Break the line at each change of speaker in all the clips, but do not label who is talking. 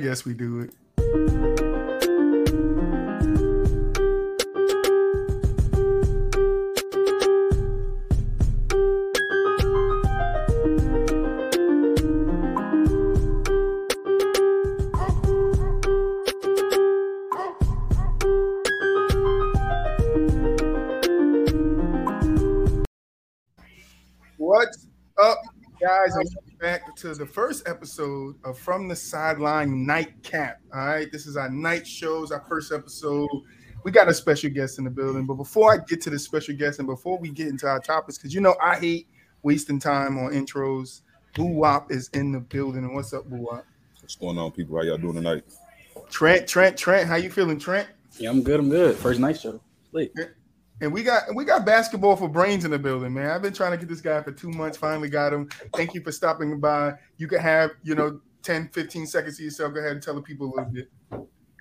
Yes, we do it. What's up, guys? And welcome back to the first episode of From the Sideline Nightcap. All right, this is our night shows, our first episode. We got a special guest in the building, but before I get to the special guest and before we get into our topics, because you know I hate wasting time on intros. Boo Wop is in the building, and what's up, Boo Wop?
What's going on, people? How y'all doing tonight?
Trent, Trent, Trent, how you feeling, Trent?
Yeah, I'm good. I'm good. First night show. Late.
And we got we got basketball for brains in the building, man. I've been trying to get this guy for two months. Finally got him. Thank you for stopping by. You can have, you know, 10, 15 seconds to yourself. Go ahead and tell the people a little bit.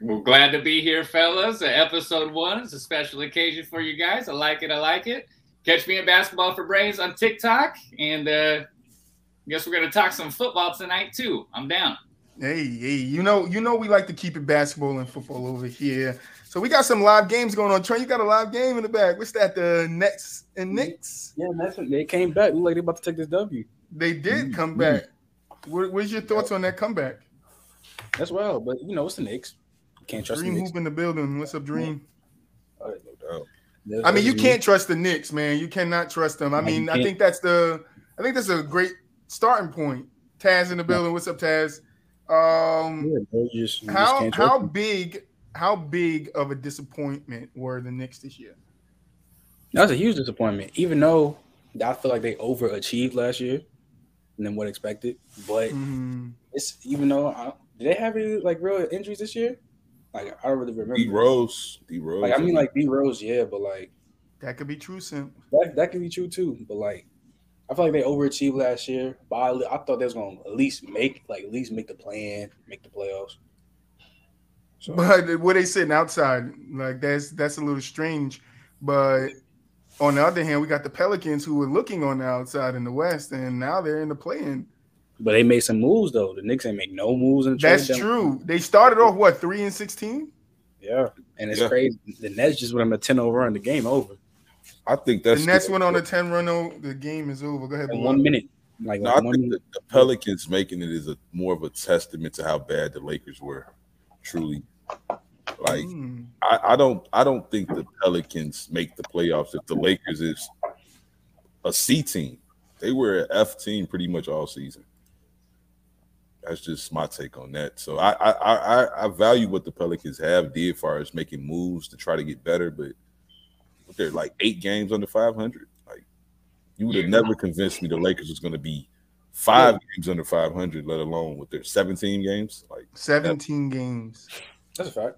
Well, glad to be here, fellas. Uh, Episode one is a special occasion for you guys. I like it. I like it. Catch me at Basketball for Brains on TikTok. And uh, guess we're going to talk some football tonight, too. I'm down.
Hey, hey, you know, you know we like to keep it basketball and football over here. So we got some live games going on. Trent, you got a live game in the back. What's that? The Nets and Knicks?
Yeah, and that's what they came back. Look like they about to take this W.
They did
Mm,
come
mm.
back. What, what's your thoughts on that comeback?
That's wild. But you know, it's the Knicks. You can't trust
Dream
the Knicks.
hoop in the building. What's up, Dream?
No doubt.
That's-
I mean, you
that's-
can't trust the Knicks, man. You cannot trust them. I
No, you
mean, I
can't.
think that's the I think that's a great starting point. Taz in the building. What's up, Taz? Um
Yeah, bro, you just, you just
how
can't trust
how
them.
big how big of a disappointment were the Knicks this year?
That was a huge disappointment. Even though I feel like they overachieved last year, and then what expected. But
Mhm.
it's even though I, did they have any like real injuries this year? Like I don't really
D
remember.
Rose. D Rose.
Like I mean, like B Rose, yeah, but like
That could be true, Sim.
that that could be true too. But like, I feel like they overachieved last year. But I, I thought they was gonna at least make like at least make the plan, make the playoffs. So
But where they sitting outside, like that's that's a little strange. But on the other hand, we got the Pelicans who were looking on the outside in the West, and now they're in the play-in.
but they made some moves though. The Knicks ain't make no moves in the trade
That's
deadline.
true. They started off what three and sixteen.
Yeah, and it's
Yeah.
crazy. The Nets just went on a ten over run. The game over
I think
The
that's
Nets went on a ten run. oh, The game is over. Go ahead.
in
Blue.
one minute. Like,
No, I
like one
think
minute.
the, the Pelicans making it is a more of a testament to how bad the Lakers were. Truly, like
Mm.
I, I don't, I don't think the Pelicans make the playoffs if the Lakers is a C team. They were an F team pretty much all season. That's just my take on that. So I, I, I, I- I value what the Pelicans have did as far as making moves to try to get better, but they're like eight games under five hundred. Like you would have never convinced me the Lakers was going to be five games under five hundred, let alone with their seventeen games. Like
Seventeen games.
That's a fact.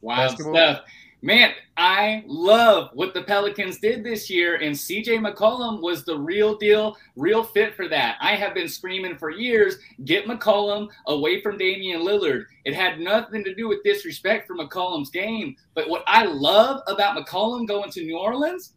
Wild
Basketball.
stuff. Man, I love what the Pelicans did this year, and CJ McCollum was the real deal, real fit for that. I have been screaming for years get McCollum away from Damian Lillard. It had nothing to do with disrespect for McCollum's game. But what I love about McCollum going to New Orleans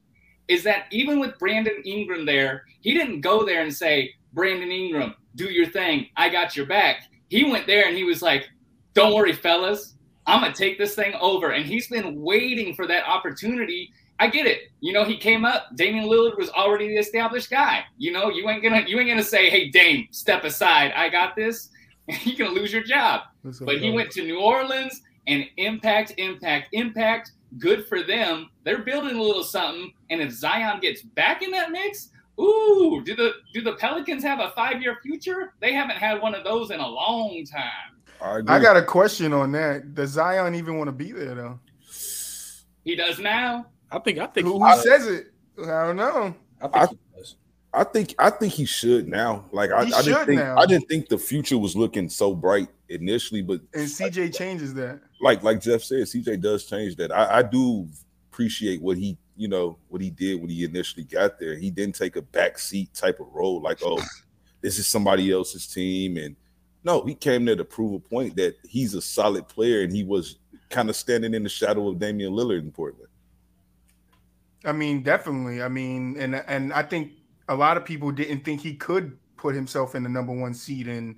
is that even with Brandon Ingram there, he didn't go there and say, Brandon Ingram, do your thing. I got your back. He went there and he was like, don't worry, fellas. I'm gonna take this thing over. And he's been waiting for that opportunity. I get it. You know, he came up. Damian Lillard was already the established guy. You know, you ain't gonna you ain't gonna say, hey Dame, step aside. I got this. You're gonna lose your job.
That's
But he
okay.
went to New Orleans and impact, impact, impact. Good for them. They're building a little something. And if Zion gets back in that mix, ooh, do the do the Pelicans have a five year future? They haven't had one of those in a long time.
I,
I got a question on that. Does Zion even want to be there though?
He does now.
I think. I think.
Who,
he
who
does.
says it? I don't know.
I think
I-
he does.
I think I think he should now. Like I,
He
I didn't
should
think
now.
I didn't think the future was looking so bright initially, but
And CJ changes that.
like like Jeff said, CJ does change that. I, I do appreciate what he you know what he did when he initially got there. He didn't take a backseat type of role, like oh, this is somebody else's team, and no, he came there to prove a point that he's a solid player, and he was kind of standing in the shadow of Damian Lillard in Portland.
I mean, definitely. I mean, and and I think a lot of people didn't think he could put himself in the number one seed in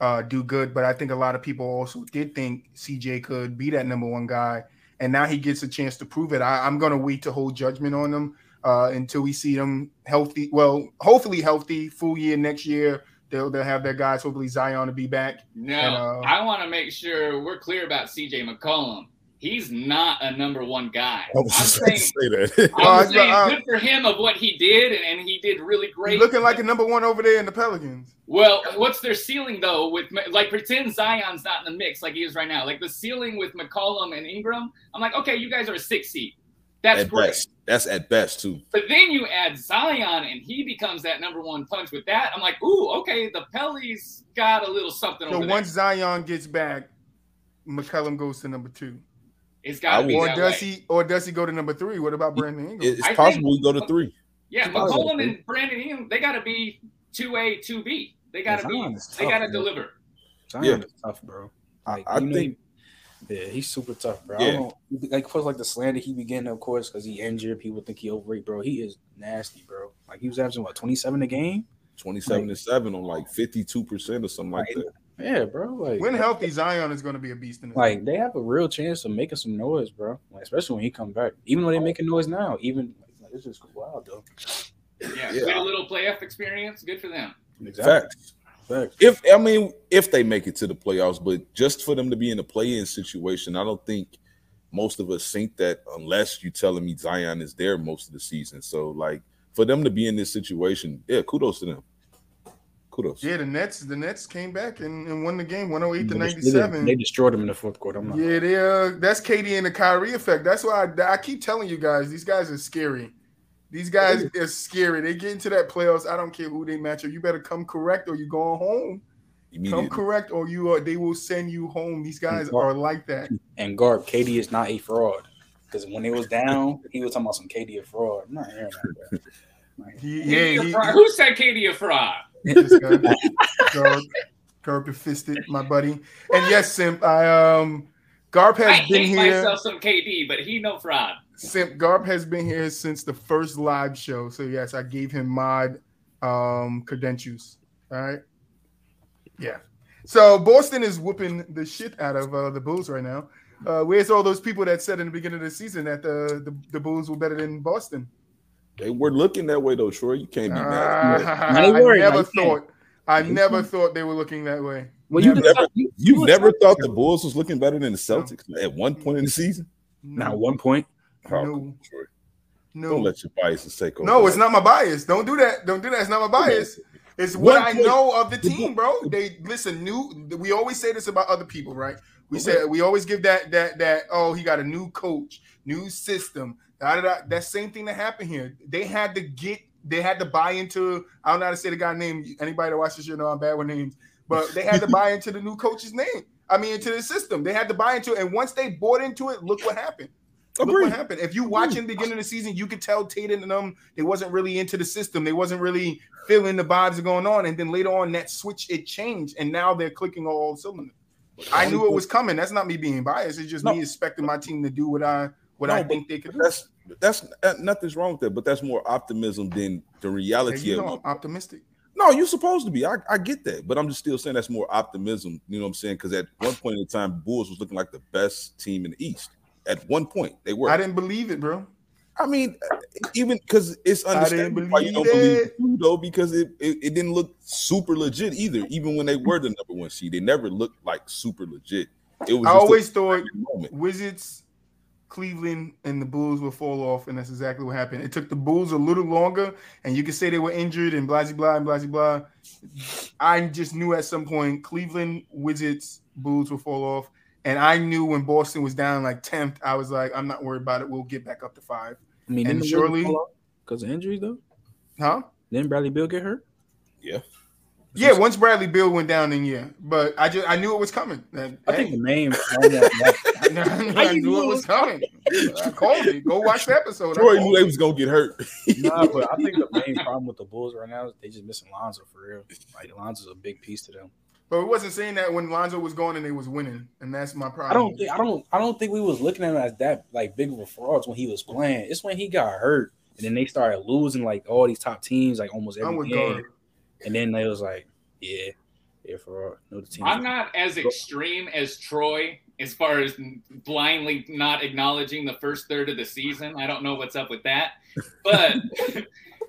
uh, do good. But I think a lot of people also did think CJ could be that number one guy, and now he gets a chance to prove it. I, I'm going to wait to hold judgment on them uh, until we see them healthy. Well, hopefully healthy full year next year. They'll, they'll have their guys. Hopefully Zion will be back.
No,
And, uh,
I want to make sure we're clear about CJ McCollum. He's not a number one guy.
I was
I'm
just about to
saying,
say that.
Uh,
I'm
Oh, I-
saying
I-
good for him of what he did, and, and he did really great.
Looking like a number one over there in the Pelicans.
Well, what's their ceiling though? With like, pretend Zion's not in the mix like he is right now. Like the ceiling with McCollum and Ingram. I'm like, okay, you guys are a six seed. That's
at
great.
best, that's at best too.
But then you add Zion, and he becomes that number one punch with that. I'm like, ooh, okay, the Pelly's got a little something
So
over
once
once,
Zion gets back, McCullum goes to number two,
It's got to
I
be
or
that
does
way.
he? Or does he go to number three? What about Brandon Ingram?
It- It's
I
possible
think-
we go to three.
Yeah,
I was
McCollum
like-
and Brandon Ingram, they got to be two A, two B. They got to
Zion
be.
is
They
tough,
got to
man.
deliver.
Zion
Yeah.
is tough, bro.
I-
Like,
I
you know
think-
he- yeah, he's super tough, bro. I
Yeah.
don't know, like, of course, like the slander he be getting, of course, because he injured. People think he overweight, bro. He is nasty, bro. Like he was averaging what twenty seven a game.
27 to 7 on like 52% or something like that.
Yeah, bro. Like
When healthy, Zion is going to be a beast in the
Like they have a real chance of making some noise, bro. Like, especially when he come back. Even though
Oh.
they're making noise now, even like, it's just wild, though.
Yeah,
Yeah.
get a little playoff experience. Good for them.
Facts.
Facts.
If I mean if they make it to the playoffs, but just for them to be in a play-in situation, I don't think most of us think that unless you telling me Zion is there most of the season. So like for them to be in this situation, yeah, kudos to them. Kudos.
Yeah, the Nets. The Nets came back and, and won the game, one hundred eight to
They
ninety
destroyed him. They
seven.
destroyed him in the fourth quarter. I'm not.
Yeah, they uh, that's Katie and the Kyrie effect. That's why I, I keep telling you guys, these guys are scary. These guys are scary. They get into that playoffs. I don't care who they match up. You better come correct, or you going home. Come
Immediately.
correct, or you are. They will send you home. These guys
Mhm.
are like that.
And Garb, KD is not a fraud. Because when it was down, he was talking about some KD a fraud. I'm not hearing that. bro. I'm not hearing
He,
Katie
yeah, he,
Afra- Who said Katie a fraud?
he just got Garb, Garb and fisted my buddy. And yes, simp. I um, Garb
I
has been
hate
here.
myself some KD, but he no fraud.
Simp Garp has been here since the first live show. So yes, I gave him mod um credentials. All right. Yeah. So Boston is whooping the shit out of uh, the Bulls right now. Uh, where's all those people that said in the beginning of the season that the the, the Bulls were better than Boston?
They were looking that way though, Troy. You can't be mad. at that.
Ah,
Now they
I
worried, now
never
you can't.
thought. I
Now you
never
can't.
thought they were looking that way.
Well,
Never.
Never-
you,
You've
was
never
not-
thought the Bulls was looking better than the Celtics at one point in the season?
Not one point.
Oh,
No.
come on, Troy. Don't
no,
let your biases take over.
no, it's not my bias. Don't do that. Don't do that. It's not my bias. It's what
One
I
point.
know of the team, bro. They listen. New. We always say this about other people, right? We say we always give that that that. Oh, he got a new coach, new system. Da, da, da. That same thing that happened here. They had to get. They had to buy into. I don't know how to say the guy name. Anybody that watches this show know I'm bad with names, but they had to buy into the new coach's name. I mean, into the system. They had to buy into it, and once they bought into it, look what happened. Look
Agreed.
what happened. If you watch in the beginning of the season, you could tell Tatum and them they wasn't really into the system. They wasn't really feeling the vibes that going on. And then later on, that switch it changed, and now they're clicking on all cylinders. I knew it was coming. That's not me being biased. It's just
No.
me expecting my team to do what I what
No,
I
but
think they could do.
That's that's that, nothing's wrong with that, but that's more optimism than the
There
reality
you
of
go.
it.
I'm optimistic.
No, you're supposed to be. I, I get that, but I'm just still saying that's more optimism. You know what I'm saying? Because at one point in time, Bulls was looking like the best team in the East. At one point, they were.
I
I,
didn't believe it, bro.
mean, even because it's
I didn't
understandable why you don't
believe
believe
it.
you, though, because it, it, it didn't look super legit either. Even when they were the number one seed, they never looked like super legit. It was
I
just a
always thought
moment.
Wizards, Cleveland, and the Bulls would fall off, and that's exactly what happened. It took the Bulls a little longer, and you could say they were injured and blah blah blah and blah blah, blah. I just knew at some point Cleveland, Wizards, Bulls would fall off, and I knew when Boston was down like tenth, I was like, I'm not worried about it. We'll get back up to five,
I mean,
And
didn't
surely-
because of injuries though.
huh?
Then Bradley Bill get hurt.
Yeah, once Bradley Bill went down, then yeah, but I just I knew it was coming. I,
I think the main problem
I, knew- I knew it was coming. I called it. Go watch the episode. I
Troy
called
knew they
it.
was gonna get hurt.
nah, but I think the main problem with the Bulls right now is they just missing Lonzo for real. Like Lonzo's a big piece to them.
But we wasn't saying that when Lonzo was going and they was winning, and that's my problem.
I don't think I don't I don't think we was looking at him as that like big of a frauds when he was playing. It's when he got hurt and then they started losing like all these top teams like almost
I'm
every
with
game.
Guard.
And then they was like, yeah, Therefore, no the team.
I'm not as extreme as Troy as far as blindly not acknowledging the first third of the season. I don't know what's up with that, but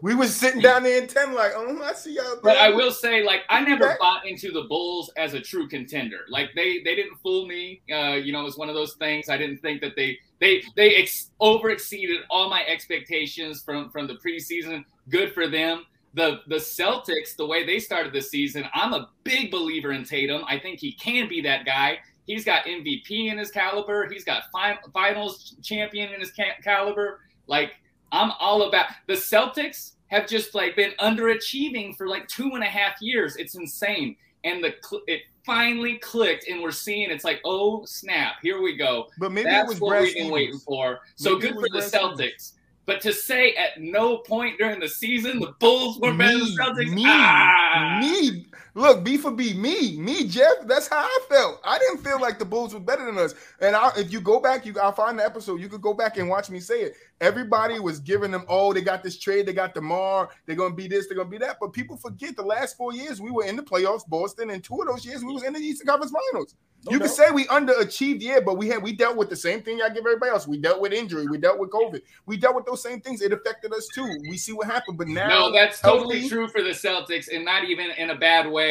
We was sitting down there in ten, like, oh, I see y'all.
But I will say, like, I never bought into the Bulls as a true contender. Like, they they didn't fool me. Uh, you know, it was one of those things. I didn't think that they they they ex- over exceeded all my expectations from from the preseason. Good for them. The the Celtics, the way they started the season, I'm a big believer in Tatum. I think he can be that guy. He's got MVP in his caliber. He's got fi- Finals champion in his ca- caliber. Like, I'm all about the Celtics have just like been underachieving for like two and a half years. It's insane. And the cl- it finally clicked, and we're seeing it's like, oh snap, here we go.
But maybe
That's
it was
what
Brad
we've been waiting
Stevens.
for. So
Maybe it
good
was
for the
Brad
Celtics.
Stevens.
But to say at no point during the season the Bulls were better than the Celtics,
me,
ah!
me. Look, B for B, me, me, Jeff. That's how I felt. I didn't feel like the Bulls were better than us. And I, if you go back, you I'll find the episode. You could go back and watch me say it. Everybody was giving them, oh, they got this trade, they got Demar, they're gonna be this, they're gonna be that. But people forget the last four years we were in the playoffs, Boston, and two of those years we was in the Eastern Conference Finals. you can say we underachieved, yeah, but we had we dealt with the same thing I give everybody else. We dealt with injury, we dealt with COVID, we dealt with those same things. It affected us too. We see what happened, but now
No, that's totally
healthy-
true for the Celtics, and not even in a bad way.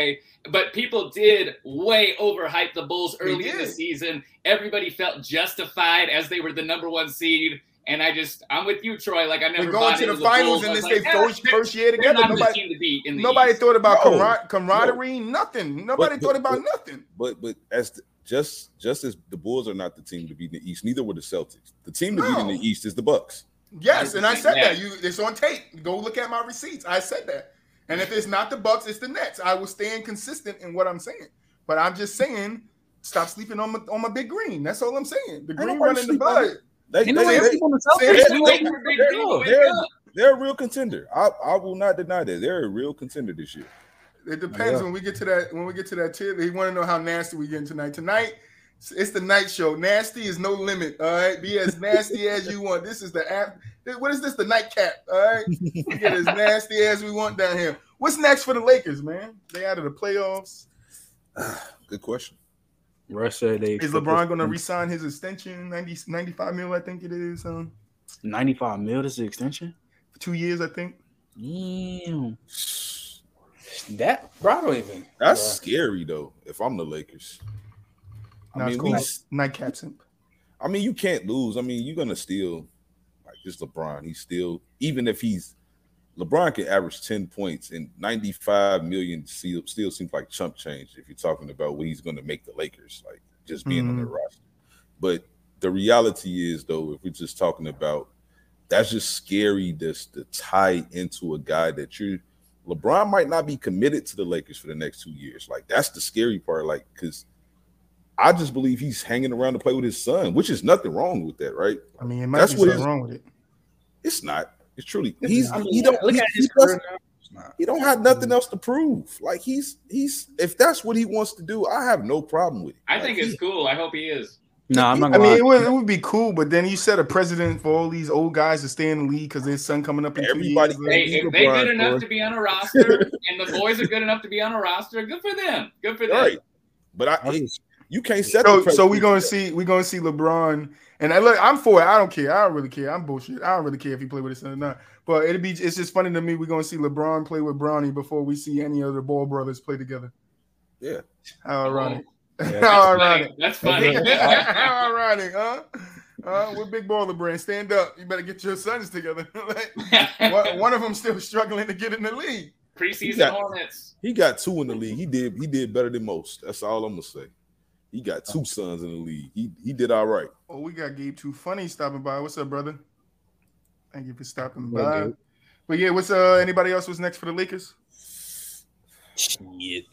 But people did way overhype the Bulls
They
early in the
did.
season. Everybody felt justified as they were the number one seed. And I just, I'm with you, Troy. Like I never
We're
bought
going to
into
the finals
Bulls.
and
I
this
was
their
like, eh,
first,
they're-
first year
they're
together.
not the
Nobody,
team to beat in the
nobody
East.
thought about
No.
camar- camaraderie, nothing. Nobody
But-
thought about
but-
nothing.
But but as the- just just as the Bulls are not the team to beat in the East, neither were the Celtics. The team to beat in
No.
the East is the Bucks.
Yes, and I said
Yeah.
that. You, it's on tape. Go look at my receipts. I said that. And if it's not the Bucks, it's the Nets. I will stand consistent in what I'm saying. But I'm just saying, stop sleeping on my on my big green. That's all I'm saying. The green
nobody
running the
sleep on
bud.
it. They,
Ain't nobody
they-
sleep on the
They're-
Celtics.
They
You
were
ain't-
big
they're-
people wake
they're-
up.
they're a real contender. I, I will not deny that. They're a real contender this year.
It
Oh,
depends
Yeah.
when we get to that when we get to that tier. They want to know how nasty we getting tonight. Tonight, it's- it's the night show. Nasty is no limit. All right, be as nasty as you want. This is the app. What is this? The nightcap. All right, we get as nasty as we want down here. What's next for the Lakers, man? They out of the playoffs.
Good question.
Russ said they
Is LeBron going to resign his extension? 90, 95 mil, I think it is. Um,
95 mil? This is extension.
for two years, I think.
Damn. That bro, I don't even.
That's
bruh.
scary though. If I'm the Lakers,
No,
I mean,
it's cool.
we,
Nightcap simp.
I mean, you can't lose. I mean, you're gonna steal. Like it's LeBron. He's still even if he's LeBron can average ten points and ninety five million still still seems like chump change if you're talking about what he's gonna make the Lakers like just being on the
Mhm.
roster. But the reality is though, if we're just talking about that's just scary. This to tie into a guy that you LeBron might not be committed to the Lakers for the next two years. Like that's the scary part. Like because I just believe he's hanging around to play with his son, which is nothing wrong with that, right?
I mean, it might
That's
be
what
something
is-
wrong with it.
It's not. It's truly he's
I mean,
he don't
look
he-
at
he
his
doesn't-
career now. It's not.
he don't have nothing else to prove. Like he's he's if that's what he wants to do, I have no problem with it.
I
Like,
think
he-
it's cool. I hope he is.
No, I'm not
I
gonna.
mean, it
lie.
would, it would be cool, but then you set a precedent for all these old guys to stay in the league because their son coming up in
Everybody-
two
Hey,
years.
if they
LeBron,
good enough
boy.
to be on a roster, and the boys are good enough to be on a roster, good for them. Good for them.
right. But I
I
it-
just-
you can't set
So,
the
so we're
precedent.
gonna see we're gonna see LeBron and I look I'm for it. I don't care. I don't really care. I'm bullshit. I don't really care if he play with his son or not. But it'd be it's just funny to me we're gonna see LeBron play with Bronny before we see any other ball brothers play together.
Yeah.
How ironic.
Yeah.
How
Like,
ironic.
That's funny.
How ironic, huh? Uh, we're big baller brand. Stand up. You better get your sons together. Like, one, one of them still struggling to get in the league.
Preseason
Yeah.
Hornets.
He got two in the league. He did he did better than most. That's all I'm gonna say. He got two sons in the league. He he did all right.
Oh, we got Gabe Too Funny stopping by. What's up, brother? Thank you for stopping
Hey,
by.
Gabe.
But yeah, what's uh anybody else was next for the Lakers?
Shit.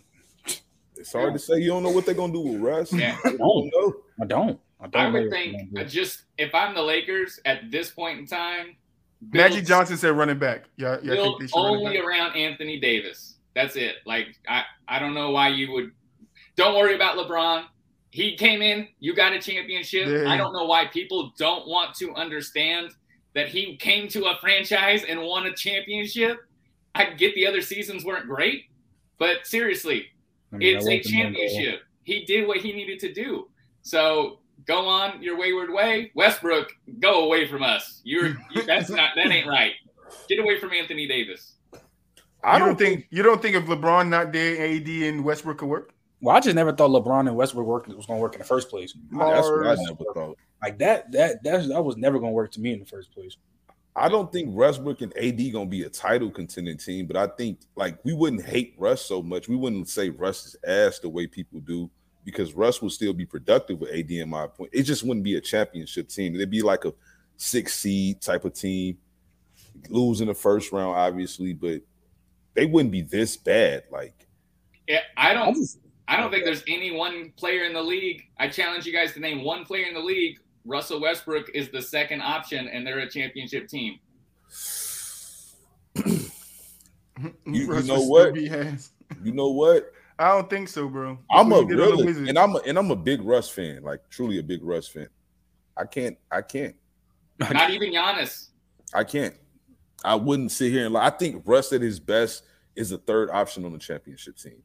It's hard to say. You don't know what they're gonna do with Russ.
Yeah.
You don't know.
I don't. I don't.
I
know.
would think uh, just if I'm the Lakers at this point in time, build,
Magic Johnson said running back. Yeah, yeah, I think
build
they should run
only
it back.
around Anthony Davis. That's it. Like I, I don't know why you would. Don't worry about LeBron. He came in. You got a championship.
Yeah.
I don't know why people don't want to understand that he came to a franchise and won a championship. I get the other seasons weren't great, but seriously,
I mean,
It's
I
a
want them on goal.
championship. He did what he needed to do. So go on your wayward way, Westbrook. Go away from us. You're you, that's not that ain't right. Get away from Anthony Davis.
I
you
don't,
don't think you don't think if LeBron not there, AD and Westbrook could work.
Well, I just never thought LeBron and Westbrook worked, was going to work in the first place.
that's what I
Lars-
never thought.
Like that, that that that was never going to work to me in the first place.
I don't think Westbrook and AD gonna be a title contending team, but I think like we wouldn't hate Russ so much. We wouldn't say Russ is ass the way people do because Russ will still be productive with AD. In my point, it just wouldn't be a championship team. It'd be like a six seed type of team, losing the first round, obviously, but they wouldn't be this bad. Like
Yeah, I
I
don't
just,
I don't think there's any one player in the league. I challenge you guys to name one player in the league. Russell Westbrook is the second option, and they're a championship team.
you
Russ
know
would still
what?
be ass.
you know what?
I don't think so, bro. Look
I'm
what he
a
did on the
really
Wizards.
and I'm a, and I'm a big Russ fan, like truly a big Russ fan. I can't I can't
Not even Giannis.
I can't. I wouldn't sit here and lie. I think Russ at his best is the third option on the championship team.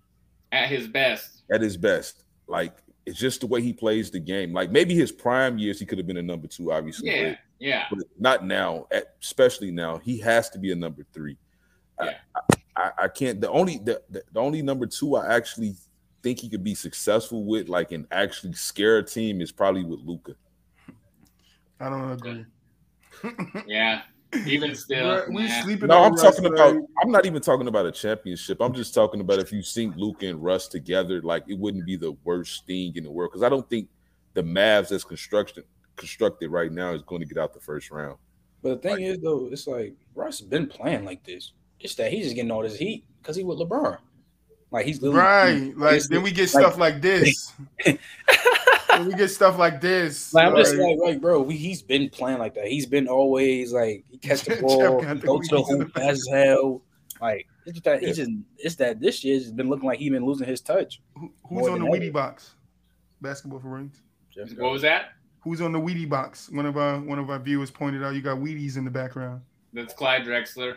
at his best.
At his best, like it's just the way he plays the game. Like maybe his prime years, he could have been a number two, obviously,
Yeah, yeah.
but, but not now. At, especially now, he has to be a number three. I-
Yeah.
I, I, can't. The only the, the the only number two I actually think he could be successful with, like and actually scare a team, is probably with Luca.
I don't agree.
Yeah. Even still.
Bruh, we
nah.
sleeping
No,
on
I'm
Russ,
talking
like,
about. I'm not even talking about a championship. I'm just talking about if you sync Luca and Russ together, like it wouldn't be the worst thing in the world. Because I don't think the Mavs that's constructed constructed right now is going to get out the first round.
but the thing is though, it's like Russ been playing like this. It's that he's just getting all this heat because he with LeBron. Like he's literally
right. Like then we get stuff like this. then we get stuff like this.
Like, I'm just
Like,
like, like, bro, we, he's been playing like that. He's been always like, he catch the
Jeff
ball,
got the
go to the
weeds in
hoop
the back.
as hell. Like, it's just that he
Yeah.
just, it's that this year's has been looking like he been losing his touch.
who- who's
more
on the
than
Weedy
that.
box? Basketball for rings.
Jeff
What was that?
Who's on the Weedy box? One of our one of our viewers pointed out you got Wheaties in the background.
That's Clyde Drexler.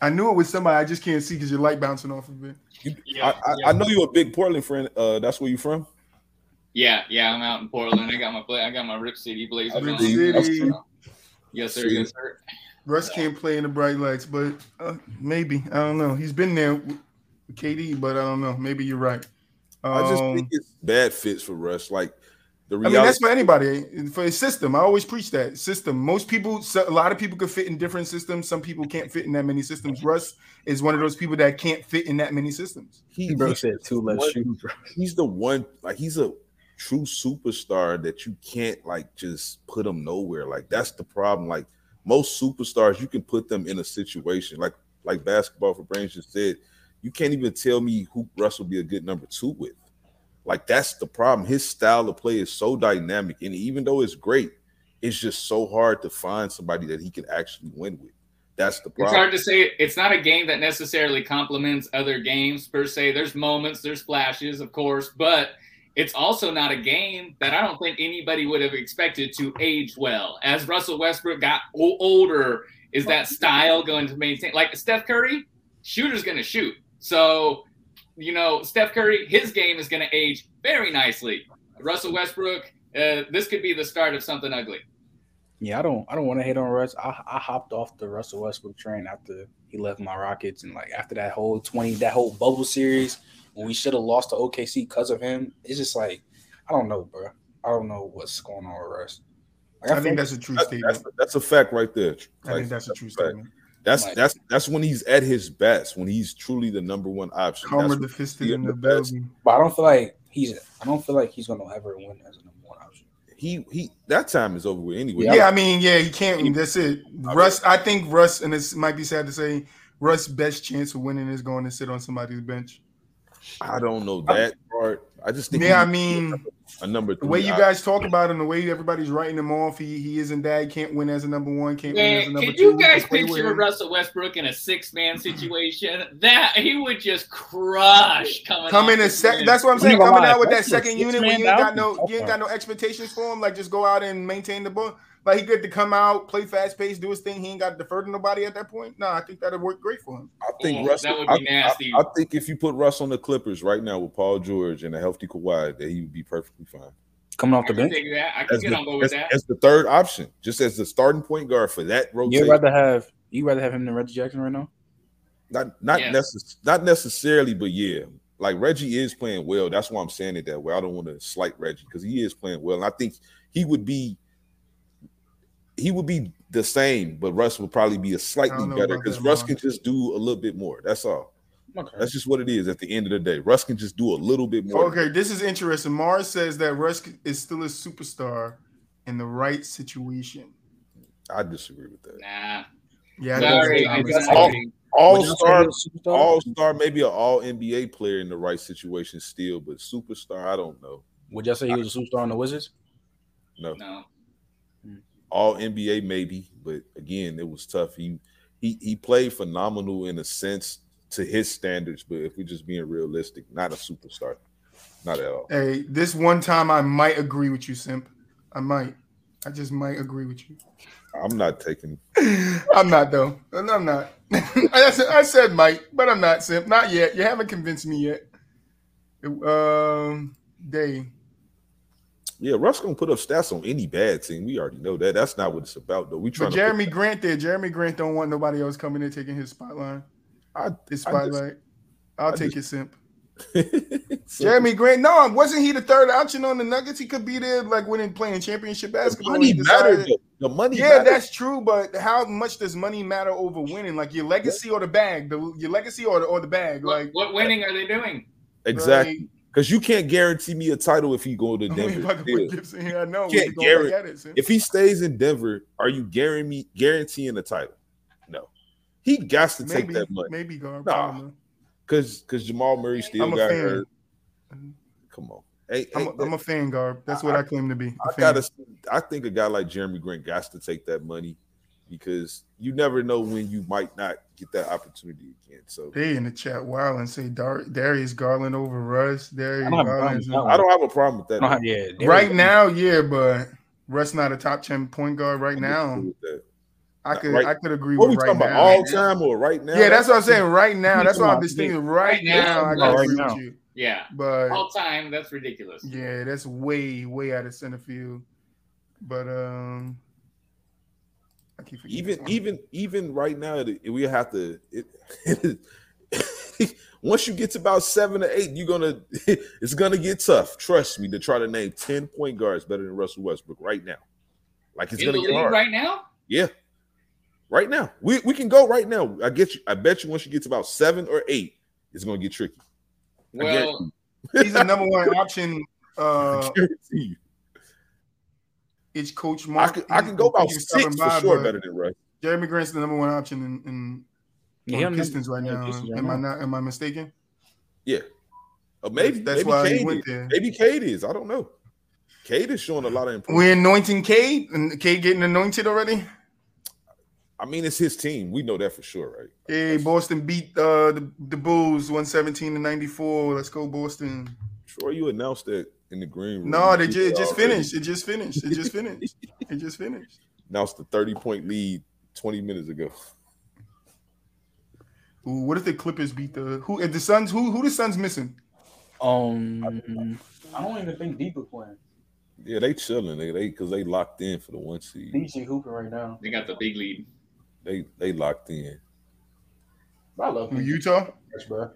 I knew it was somebody. I just can't see because your light bouncing off of it.
Yeah,
I, I,
yeah.
I know you're a big Portland friend. Uh, that's where you from.
yeah, yeah, I'm out in Portland. I got my bla- I got my Rip City Blazers
Rip
on.
City.
Yes, sir. Yes, sir.
Russ can't play in the bright lights, but uh, maybe I don't know. He's been there, with KD, but I don't know. Maybe you're right. Um,
I just think it's bad fits for Russ. Like the
I mean,
reality.
that's for anybody. For a system, I always preach that system. Most people, so- a lot of people could fit in different systems. Some people can't fit in that many systems. Russ is one of those people that can't fit in that many systems.
he,
Bro said two left
What?
shoes, bro.
he's the one like he's a true superstar that you can't like just put him nowhere like that's the problem like most superstars you can put them in a situation like like basketball for brains just said you can't even tell me who russ will be a good number two with like that's the problem his style of play is so dynamic and even though it's great it's just so hard to find somebody that he can actually win with that's the
It's
problem
hard to say. It's not a game that necessarily complements other games per se. There's moments, there's flashes, of course, but it's also not a game that I don't think anybody would have expected to age well. As Russell Westbrook got o- older, is that style going to maintain? Like Steph Curry, shooter's going to shoot. So, you know, Steph Curry, his game is going to age very nicely. Russell Westbrook, uh, this could be the start of something ugly.
Yeah, I don't, I don't want to hate on Russ. I, I hopped off the Russell Westbrook train after he left my Rockets, and like after that whole twenty, that whole bubble series when we should have lost to OKC because of him. It's just like, I don't know, bro. I don't know what's going on with Russ. Like,
I
feel
think that's a true
That- that's,
statement.
that's a fact right there
I
Like,
think that's a true
fact.
statement.
That's
Like-
that's that's when he's at his best, when he's truly the number one option.
Calmer,
That's-
the fisted
yeah,
in the
the best.
building.
But I don't feel like he's. I don't feel like he's gonna ever win as a number one option.
he he that time is over with anyway.
Yeah.
Yeah, I mean, yeah, he can't. That's it. Russ, I think Russ, and it might be sad to say, Russ' best chance of winning is going to sit on somebody's bench.
I don't know that part. I just think
Yeah, I
he's
mean,
a number three.
the way you
option.
guys talk about him, the way everybody's writing him off, he he isn't that. He can't win as a number one. Can't win as a
Man,
number
could
two.
you guys
Can't play with
picture
him.
Russell Westbrook in a six-man situation? That he would just crush coming.
Come
off
in a
the
sec.
bench.
That's what I'm
I'm
saying.
not gonna
Coming
lie,
out with that
that's a
second unit when
six-man
you ain't got
down.
no you ain't got no expectations for him. Like just go out and maintain the ball. Like he good to come out, play fast pace, do his thing. He ain't got to defer to nobody at that point. No, I think that'd work great for him.
I think
Oh,
Russ.
that would be
I,
nasty.
I, I think if you put Russ on the Clippers right now with Paul George and a healthy Kawhi, that he would be perfectly fine.
Coming off
I
the
can
bench,
take that. I can
As
get on board
the,
with
as,
that.
as the third option, just as the starting point guard for that rotation.
you'd rather have you rather have him than Reggie Jackson right now.
not not
Yes.
necess- not necessarily, but yeah. Like Reggie is playing well. That's why I'm saying it that way. I don't want to slight Reggie because he is playing well. And I think he would be he would be the same, but Russ would probably be a
I
slightly
don't know
better
about
because
that,
Russ
Ron.
can just do a little bit more. That's all.
Okay.
That's just what it is at the end of the day. Russ can just do a little bit more.
Okay, this is interesting. Mars says that Russ is still a superstar in the right situation.
I disagree with that.
Nah.
Yeah, I think
Sorry.
that's-
I
that's
disagree.
All
Would you
star,
say he's a superstar?
all star, maybe an all NBA player in the right situation still, but superstar, I don't know.
Would y'all say he was a superstar in the Wizards?
No.
No.
all NBA maybe, but again, it was tough. He he he played phenomenal in a sense to his standards, but if we're just being realistic, not a superstar, not at all.
Hey, this one time I might agree with you, Simp. I might. I just might agree with you.
I'm not taking.
I'm not though. And I'm not. I, said, I said might, but I'm not simp. Not yet. You haven't convinced me yet. Um, day.
Yeah, Russ gonna put up stats on any bad team. We already know that. That's not what it's about, though. We
But
trying
Jeremy Grant there. Jeremy Grant don't want nobody else coming in taking his spotlight.
I-
his
I just-
spotlight. I'll
I
take
just-
it, simp.
to.
Jeremy Grant. No, wasn't he the third option on the Nuggets? He could be there, like winning playing championship
the
basketball.
money
He decided-
mattered. though. The money.
Yeah,
mattered.
that's true. But how much does money matter over winning? Like your legacy or the bag? The, your legacy or the, or the bag? Like
What, what winning are they doing?
exactly
like,
because you can't guarantee me a title if you go to
I mean, if I
Denver.
could
Yeah.
put Gibson here, I know.
Can't
we could go
guarantee-
back at it, son.
If he stays in Denver, are you guaranteeing guaranteeing the title? No, he got to
maybe,
take that money
maybe Garb.
Nah.
I don't know.
because because Jamal Murray still
I'm a
got
fan.
hurt. Come on, hey,
I'm,
hey,
a, I'm a fan, Garb. That's what I, claim to be. a
I
fan.
gotta. I think a guy like Jeremy Grant got to take that money because you never know when you might not get that opportunity again. So
They in the chat wild and say Dar- Darius Garland over Russ. Darius
I don't have a problem
Garland's
with that
not-
I don't have a problem with
I
that.
don't have- yeah, there
right
we go.
now, yeah, but Russ not a top ten point guard right
I'm
now.
cool with that.
I could
Right-
I could agree
What are we
with right
talking about?
now.
All time or right now?
yeah, that's what I'm saying. Right now, that's what I'm
Yeah.
just thinking. Right
Right now,
now, I
Russ.
gotta agree
Right
with
now.
you.
Yeah.
But
All time. That's ridiculous.
Yeah, that's way, way out of center field. But um I keep forgetting.
even
this one.
even even right now it- we have to it, once you get to about seven or eight you're gonna it's gonna get tough trust me to try to name 10 point guards better than russell westbrook right now like it's
In the
gonna get
league
hard right,
right now?
now we, we can go right now i get you i bet you once you get to about seven or eight it's gonna get tricky I
Well,
he's the number one option. Uh
I guarantee you.
it's coach
I
Mark.
could, I could go about
He's
six
stopping
for
by,
sure
but
better than Russ.
Jeremy Grant's the number one option in, in
Yeah,
on
he don't have-
Pistons right
yeah,
now.
Pistons right
am I
now.
not am I mistaken?
Or maybe
that's
maybe
why
Cade
he went
is.
there.
Maybe Cade is. I don't know. Cade is showing a lot of improvement.
We're anointing Cade and Cade getting anointed already.
I mean, it's his team. We know that for sure, right?
Hey, Boston beat uh, the, the Bulls 117 to 94. Let's go, Boston.
Troy, you announced that in the green room.
No, they
You
ju- it just
already
finished. It just finished. It just finished. It just finished.
Announced the 30 point lead 20 minutes ago.
Ooh, what if the Clippers beat the who? If the Suns, who who the Suns missing?
Um, I don't even think Deep is playing.
Yeah, they chilling. They they because they locked in for the one seed.
DJ hooping right now.
they got the big lead.
They they locked in.
I love
Who, Utah.
bro.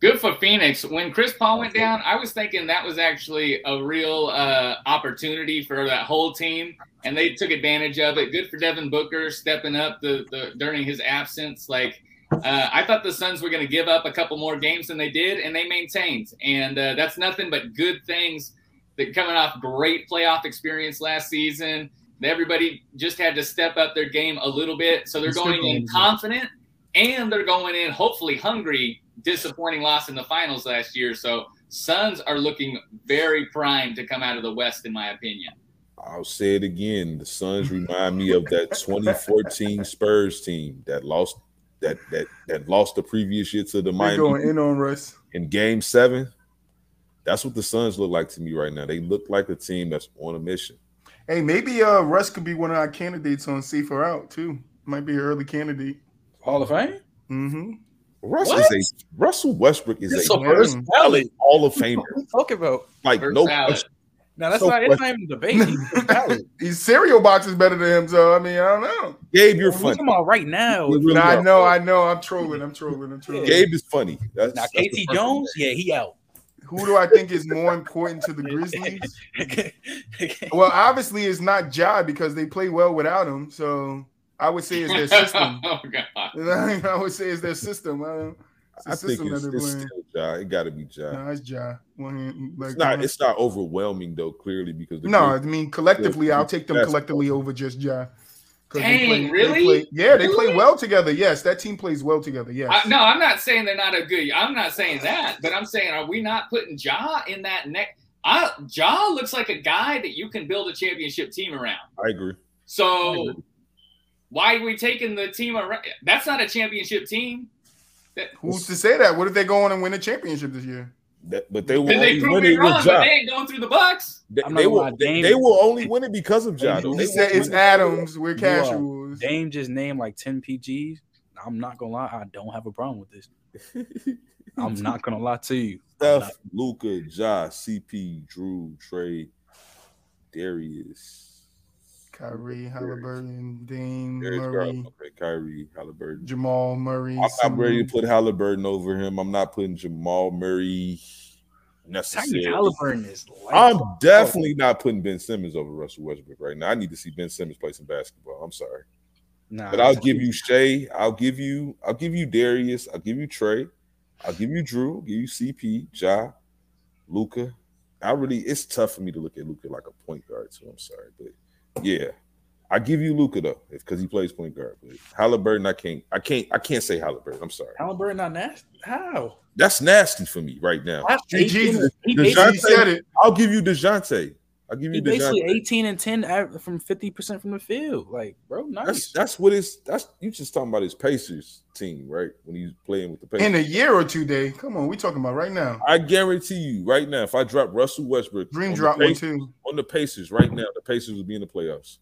Good for Phoenix. When Chris Paul went down, I was thinking that was actually a real uh, opportunity for that whole team, and they took advantage of it. Good for Devin Booker stepping up the, the during his absence. Like uh, I thought the Suns were going to give up a couple more games than they did, and they maintained. And uh, that's nothing but good things. That coming off great playoff experience last season, everybody just had to step up their game a little bit. So they're
It's
going in
good.
confident and they're going in hopefully hungry. Disappointing loss in the finals last year, so Suns are looking very primed to come out of the West, in my opinion.
I'll say it again. The Suns remind me of that 2014 Spurs team that lost that that that lost the previous year to the
They're
Miami
going in on Russ.
in game seven. That's what the Suns look like to me right now. They look like a team that's on a mission.
Hey, maybe uh Russ could be one of our candidates on Safe or Out too. Might be an early candidate.
Hall of Fame?
Mm-hmm.
Russ
What?
is a Russell Westbrook is
It's
a
a first ballot.
Hall of Famer.
What are you talking about?
Like
First
no
ballot.
question.
Now that's
So
not it's not even a debate. He's first ballot.
His cereal box is better than him, so I mean, I don't know.
Gabe, you're
We're
funny.
talking about right now.
You really
Nah, I
are.
know, I know. I'm trolling. I'm trolling. I'm trolling.
Gabe is funny. That's,
Now
that's the
KT
first
Jones, yeah, he out.
Who do I think is more important to the Grizzlies? Well, obviously it's not Ja because they play well without him. So I would say it's their system.
oh god.
I would say it's their system. I, don't- it's the
I think
system
it's,
that they're
it's
playing.
still Ja. It got to be Ja.
No, it's Ja. One hand, mm, like,
it's not. It's not overwhelming though. Clearly, because the
no, I
Grizzlies-
mean collectively, I'll take them
That's-
collectively over just Ja. 'Cause
Dang, really?
play- yeah, they play
Really?
well together. Yes, that team plays well together. Yes.
I, no, I'm not saying they're not a good. I'm not saying that, but I'm saying are we not putting Ja in that neck? I, ja looks like a guy that you can build a championship team around.
I agree.
So why are we taking the team around? That's not a championship team.
Who's to say that? What if they go on and win a championship this year?
That, but they will
Did they
only
prove
win
me
it
wrong?
with
But
Ja.
they ain't going through the Bucks.
They,
I'm not
they
gonna
will.
lie,
They,
Dame-
they will only win it because of Ja.
Dame-
though.
He
They
said
won't
it's
win it.
Adams. We're
You are-
casuals.
Dame just named like 10 PGs. I'm not gonna lie, I don't have a problem with this. I'm not gonna lie to you.
Steph, Luca, Ja, CP, Drew, Trey, Darius,
Kyrie, Halliburton, Dame,
Darius
Murray,
Garland, okay, Kyrie, Halliburton.
Jamal Murray.
I'm not
Summer.
ready to put Halliburton over him. I'm not putting Jamal Murray
Tiny
necessarily.
Halliburton is like oh.
I'm definitely not putting Ben Simmons over Russell Westbrook right now. I need to see Ben Simmons play some basketball. I'm sorry.
Nah,
But I'll give you Shay. I'll give you. I'll give you Darius. I'll give you Trey. I'll give you Drew. I'll give you CP. Ja. Luca. I really. It's tough for me to look at Luca like a point guard. So I'm sorry, but yeah, I give you Luca though, because he plays point guard. But Halliburton, I can't. I can't. I can't say Halliburton. I'm sorry.
Halliburton not nasty. How?
That's nasty for me right now.
That's
Hey,
18
Jesus,
he
the
He
basically,
Johnson-
said it.
I'll give you Dejounte. I'll give
he
you
basically
Dejounte.
18 and 10 av- from 50% from the field. Like, bro,
That's
nice.
that's what it's. That's you just talking about his Pacers team, right? When he's playing with the Pacers.
In a year or two, day. Come on, we talking about right now.
I guarantee you right now, if I drop Russell Westbrook
Dream
on,
drop
the
one
Pacers,
too.
on the Pacers right now, the Pacers would be in the playoffs.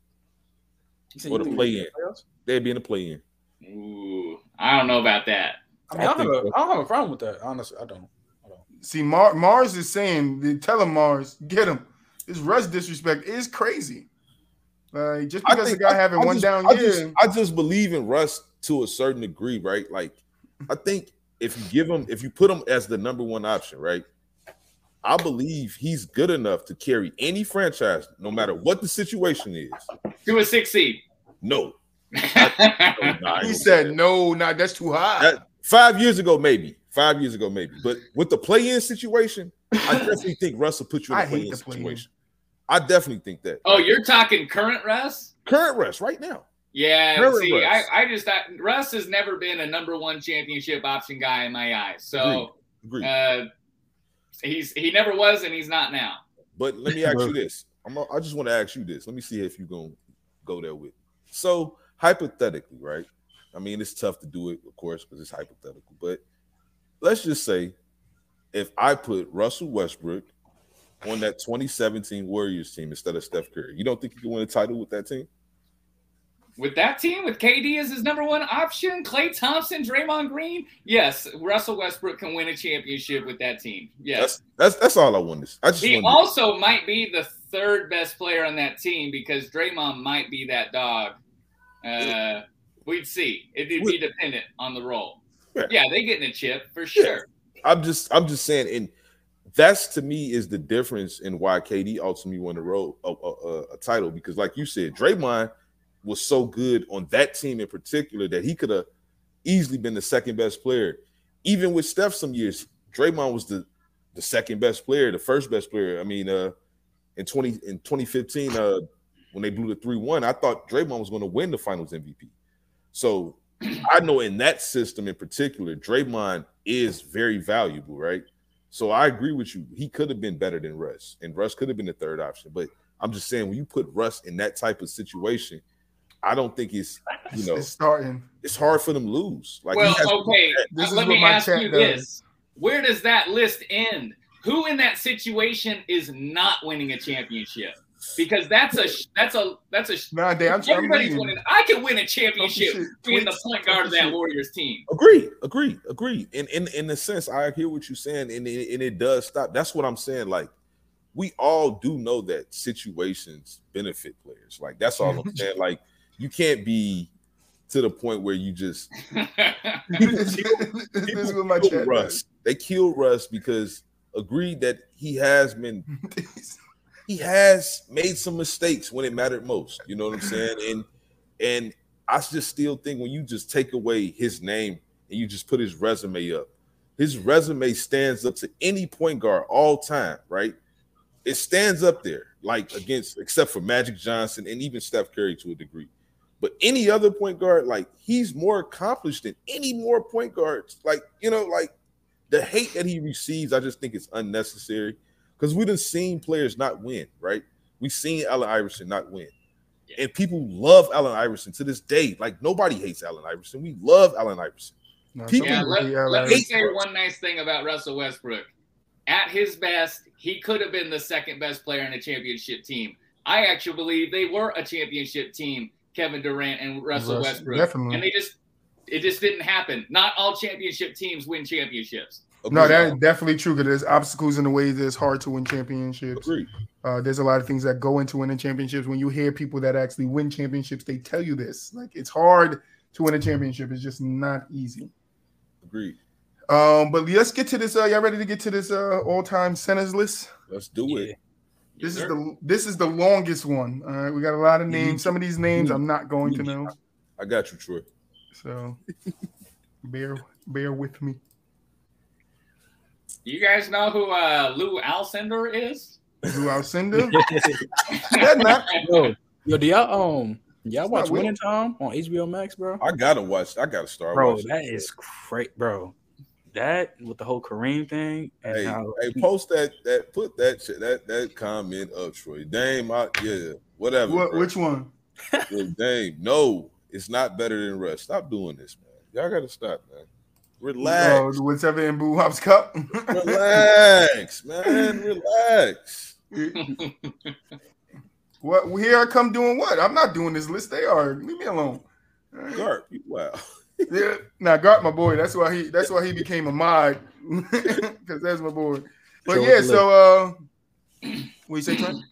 You said
Or
you
the
think
play-in.
playoffs?
They'd be in the play in.
Ooh, I don't know about that.
I, mean, I,
I
don't have
think
a,
so.
I don't have a problem with that. Honestly, I don't.
See, Mar- Mars is saying, they tell him Mars, get him. This Russ disrespect is crazy. Like just because a guy having
I
one
just-
down
I
year,
just, I just believe in Russ to a certain degree, right? Like, I think if you give him, if you put him as the number one option, right? I believe he's good enough to carry any franchise, no matter what the situation is.
To a six seed.
No, no,
I
nah, I
he
don't
said, "No, nah, that's too high."
That- five years ago, maybe. Five years ago, maybe. But with the play-in situation, I definitely think Russell put you in
I
a
hate
play-in
the play-in.
situation. I definitely think that.
Oh, you're talking current Russ?
Current Russ right now.
Yeah.
Current
see,
Russ.
I, I just thought Russ has never been a number one championship option guy in my eyes. So
Agree.
uh, he's he never was and he's not now.
but let me ask you
Look.
this. I'm a, I just want to ask you this. Let me see if you're going to go there with. me. So, hypothetically, right? I mean, it's tough to do it, of course, because it's hypothetical. But let's just say if I put Russell Westbrook on that 2017 Warriors team instead of Steph Curry, you don't think you can win a title with that team?
With that team, with KD as his number one option, Clay Thompson, Draymond Green, yes, Russell Westbrook can win a championship with that team. Yes.
That's that's that's all I want to. I just
He
want
also might be the third best player on that team because Draymond might be that dog. Uh, we'd see. It'd be
Would-
dependent on the role.
Yeah.
Yeah, they getting a chip for sure.
I'm just I'm just saying, and that's to me is the difference in why KD ultimately won the road a, a, a- a title because, like you said, Draymond was so good on that team in particular that he could have easily been the second best player. Even with Steph, some years Draymond was the the second best player, the first best player. I mean, uh, in twenty in 2015, uh, when they blew the three one, I thought Draymond was going to win the Finals MVP. So I know in that system in particular, Draymond is very valuable, right? So I agree with you. He could have been better than Russ, and Russ could have been the third option. But I'm just saying, when you put Russ in that type of situation, I don't think it's you know
It's starting.
it's hard for them to lose. Like he
well,
has-
okay. uh,
This is
Let
what
me
my
ask
chat
you
does.
this: Where does that list end? Who in that situation is not winning a championship? because that's a sh- that's a that's a sh-
Nah, damn, I'm, I'm
everybody's
reading.
winning. I can win a
Talking
championship
shit,
being the
tweets,
point guard
talking
of that
shit.
Warriors team.
Agree, agree, agree. And in in a sense, I hear what you're saying, and it, and it does stop. That's what I'm saying. Like we all do know that situations benefit players. Like that's all I'm saying. Like you can't be to the point where you just
this is what my
killed
chat
Russ. They killed Russ because agreed that he has been
does.
he has made some mistakes when it mattered most. You know what I'm saying? And and I just still think when you just take away his name and you just put his resume up, his resume stands up to any point guard all time, right? It stands up there, like against except for Magic Johnson and even Steph Curry to a degree. But any other point guard, like he's more accomplished than any more point guards. Like, you know, like the hate that he receives, I just think it's unnecessary because we done seen players not win, right? We seen Allen Iverson not win.
Yeah.
And people love Allen Iverson to this day. Like nobody hates Allen Iverson. We love Allen Iverson.
Nah,
People-
some
yeah, let,
people be uh,
let me
alright.
say one nice thing about Russell Westbrook. At his best, he could have been the second best player in a championship team. I actually believe they were a championship team, Kevin Durant and Russell
Russ-
Westbrook.
definitely.
And they just it just didn't happen. Not all championship teams win championships.
No,
Agree.
that is definitely true because there's obstacles in the way that it's hard to win championships.
agree.
Uh, there's a lot of things that go into winning championships. When you hear people that actually win championships, they tell you this. Like it's hard to win a championship. It's just not easy.
Agree.
Um, but let's get to this. Uh, y'all ready to get to this uh, all-time centers list?
Let's do
Yeah.
it.
This
Yes,
is
sir.
the this is the longest one. All right, we got a lot of names. Some of these names I'm not going to know,
I got you, Troy.
so bear bear with me.
Do you guys know who uh, Lou Alcindor is?
Lou Alcindor? That not-
yo, yo, do y'all um y'all
not
watch
real.
Winning Time on HBO Max, bro?
I gotta watch. I gotta start
Bro,
watching.
that is great, bro. That with the whole Kareem thing and
Hey,
how
hey, post that that put that shit that that comment up, Troy. Dame, I, yeah, whatever.
What,
bro.
which one?
Yeah, Dame, no, it's not better than Russ. Stop doing this, man. Y'all gotta stop, man. Relax.
Uh, whatever in Boo Hop's cup.
Relax, man. Relax.
What here I come doing what? I'm not doing this list. They are. Leave me alone. All right.
Garp, you wow.
Yeah. Now guard my boy. That's why he that's why he became a mod. Because that's my boy. But
Troy,
yeah,
what's the
so uh what you say, Trent?
list?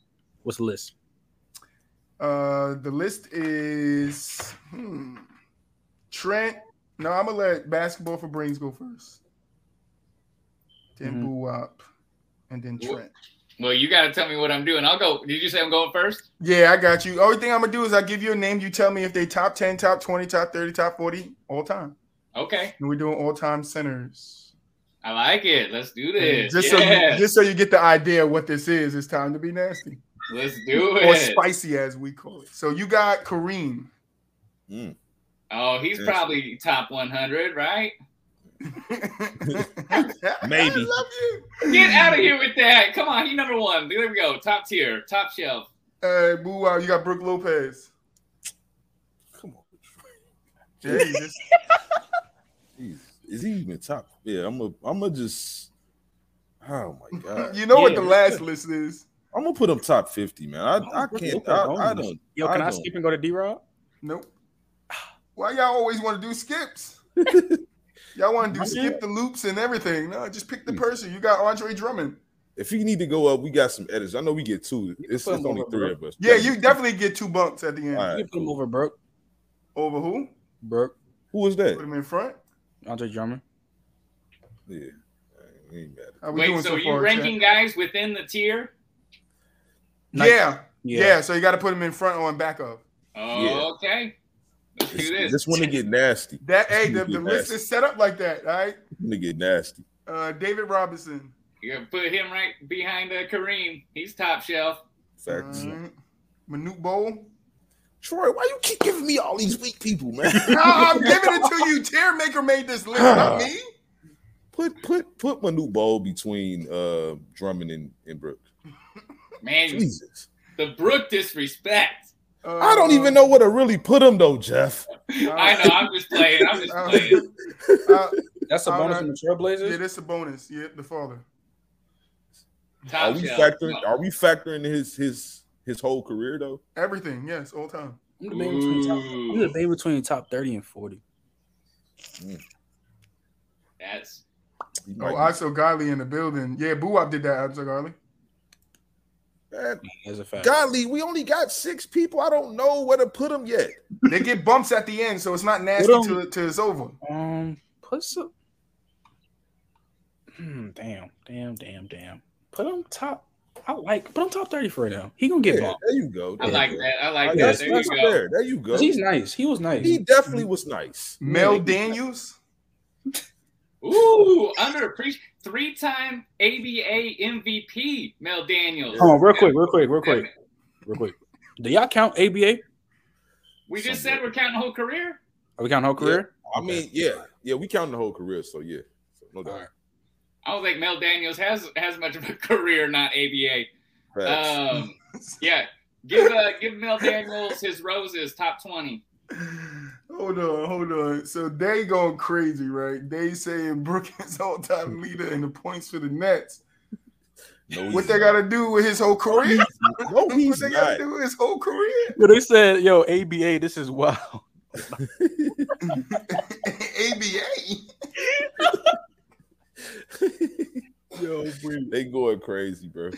what's the list?
Uh the list is hmm, Trent. No, I'm gonna let basketball for brains go first. Then
Mhm.
Boo Wop, and then
Wha-
Trent.
well, you got to tell me what I'm doing. I'll go. Did you say I'm going first?
Yeah, I got you. Only thing I'm gonna do is I give you a name. You tell me if they top ten, top twenty, top thirty, top forty all time.
Okay,
And we're doing all time centers.
I like it. Let's do this.
Just so
yes,
you, just so you get the idea of what this is. It's time to be nasty
let's do
or
it.
spicy as we call it. So you got Kareem.
Mm.
Oh, he's
Yes.
probably top 100, right?
Maybe.
I love you.
Get out of here with that. Come on, he number one. There we go. Top tier, top shelf.
Hey, boo wow, you got Brooke Lopez.
Come on, Troy.
Yeah, you just-
Jeez. Is he even top? Yeah, I'm a I'm a just oh my god.
you know what
Yeah.
the last list is.
I'm gonna put him top 50, man. I, I can't I, I don't
Yo, can
I
I,
don't-
skip and go to D Rob?
Nope. Why y'all always want to do skips? y'all want to do
I
skip
did.
the loops and everything. No, just pick
Hmm.
the person. You got Andre Drummond.
if you need to go up, we got some editors. I know we get two. It's,
put
it's
him
only
over,
three
bro.
of us.
Yeah, you definitely get two bunks at the end.
All right.
You can put him over Brooke.
Over who?
Brooke,
Who is
Put
that?
him in front.
Andre Drummond.
Yeah. It ain't matter.
How we
Wait,
doing
so,
so,
you
far?
ranking guys within the tier?
Chad? yeah, yeah,
yeah.
So you got to put him in front or in back of.
Oh,
Yeah.
okay. Let's do
This,
this.
this one to get nasty.
That hey,
He's
the,
gonna
the
be
list
nasty.
is set up like that. All right.
This one to get nasty.
Uh, David Robinson.
You're going to put him right behind uh, Kareem. He's top shelf.
Facts.
All right. Manute Bowl.
Troy, why you keep giving me all these weak people, man?
No, I'm giving it to you. Tear Maker made this list, not me.
put put put my new ball between uh Drummond and, and Brooke.
Man, you-
Jesus.
the Brook disrespect.
Uh,
I don't even know where to really put him though, Jeff.
I know. I'm just playing. I'm just
Oh.
Uh,
playing.
uh,
That's a
All
bonus
right.
from the Trailblazers.
yeah, that's a bonus. Yeah, the father.
Top
Are we
shelf.
factoring are we factoring his his his whole career though?
Everything, yes, all time.
I'm debating between top, I'm
Mm.
Ooh.
debating between top 30 and 40.
That's
He
Oh,
might be
Iso Godly in the building. Yeah, Boo Wop did that, Iso Godly.
bad.
As a fact.
Golly, we only got six people. I don't know where to put them yet.
They get bumps at the end, so it's not nasty
Hold
till, till it's over.
Um, put some. Hmm, damn, damn, damn, damn. Put him top. I like put him top thirty for right now. He gonna get
Yeah,
bumped.
there you go.
I
There
like
you go.
that. I like that.
that's,
There you
that's
go.
fair. There you go.
'Cause He's nice. He was nice.
He definitely was nice.
Mel
Yeah.
Daniels.
Ooh, underappreciated. Three-time ABA MVP, Mel Daniels.
Hold on, real quick, real quick, real quick, real quick. Do y'all count ABA?
We just
Somewhat.
said we're counting whole career.
Are we counting whole career?
I mean, yeah, yeah, we counting the whole career, so yeah, so no doubt.
All right.
I don't think Mel Daniels has has much of a career, not ABA.
Facts.
Um, yeah, give uh, give Mel Daniels his roses, top twenty.
Hold on, hold on. So they going crazy, right? They saying Brook is all-time leader in the points for the Nets.
no,
What
he's
they
not.
gotta do with his whole career?
No,
what
he's
they gotta
not.
do with his whole career?
Yo, they said, "Yo, ABA, this is wow."
ABA.
Yo, bro, they going crazy, bro.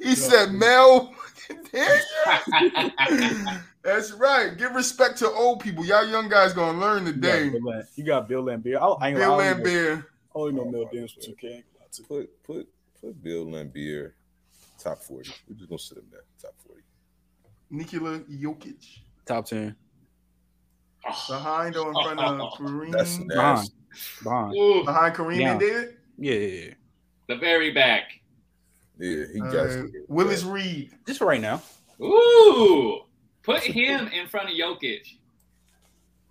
He said Mel Daniels. That's right. Give respect to old people. Y'all young guys gonna learn today.
You got Bill Lambert. I, I ain't
Bill
gonna I only know-
Lambert.
I only know Mel
Oh,
Daniels from
man.
2K. I ain't gonna lie to you.
Put put put Bill Lambier top forty. We're just gonna sit him there, top forty.
Nikola Jokic.
Top ten.
Behind or in front of
That's
Kareem.
nasty.
Bond.
Ooh,
Behind Kareem
Yeah.
and David.
Yeah, yeah, yeah.
the very back.
Yeah, he got
Uh, Willis Reed.
Just for right now.
Ooh, put him in front of Jokic.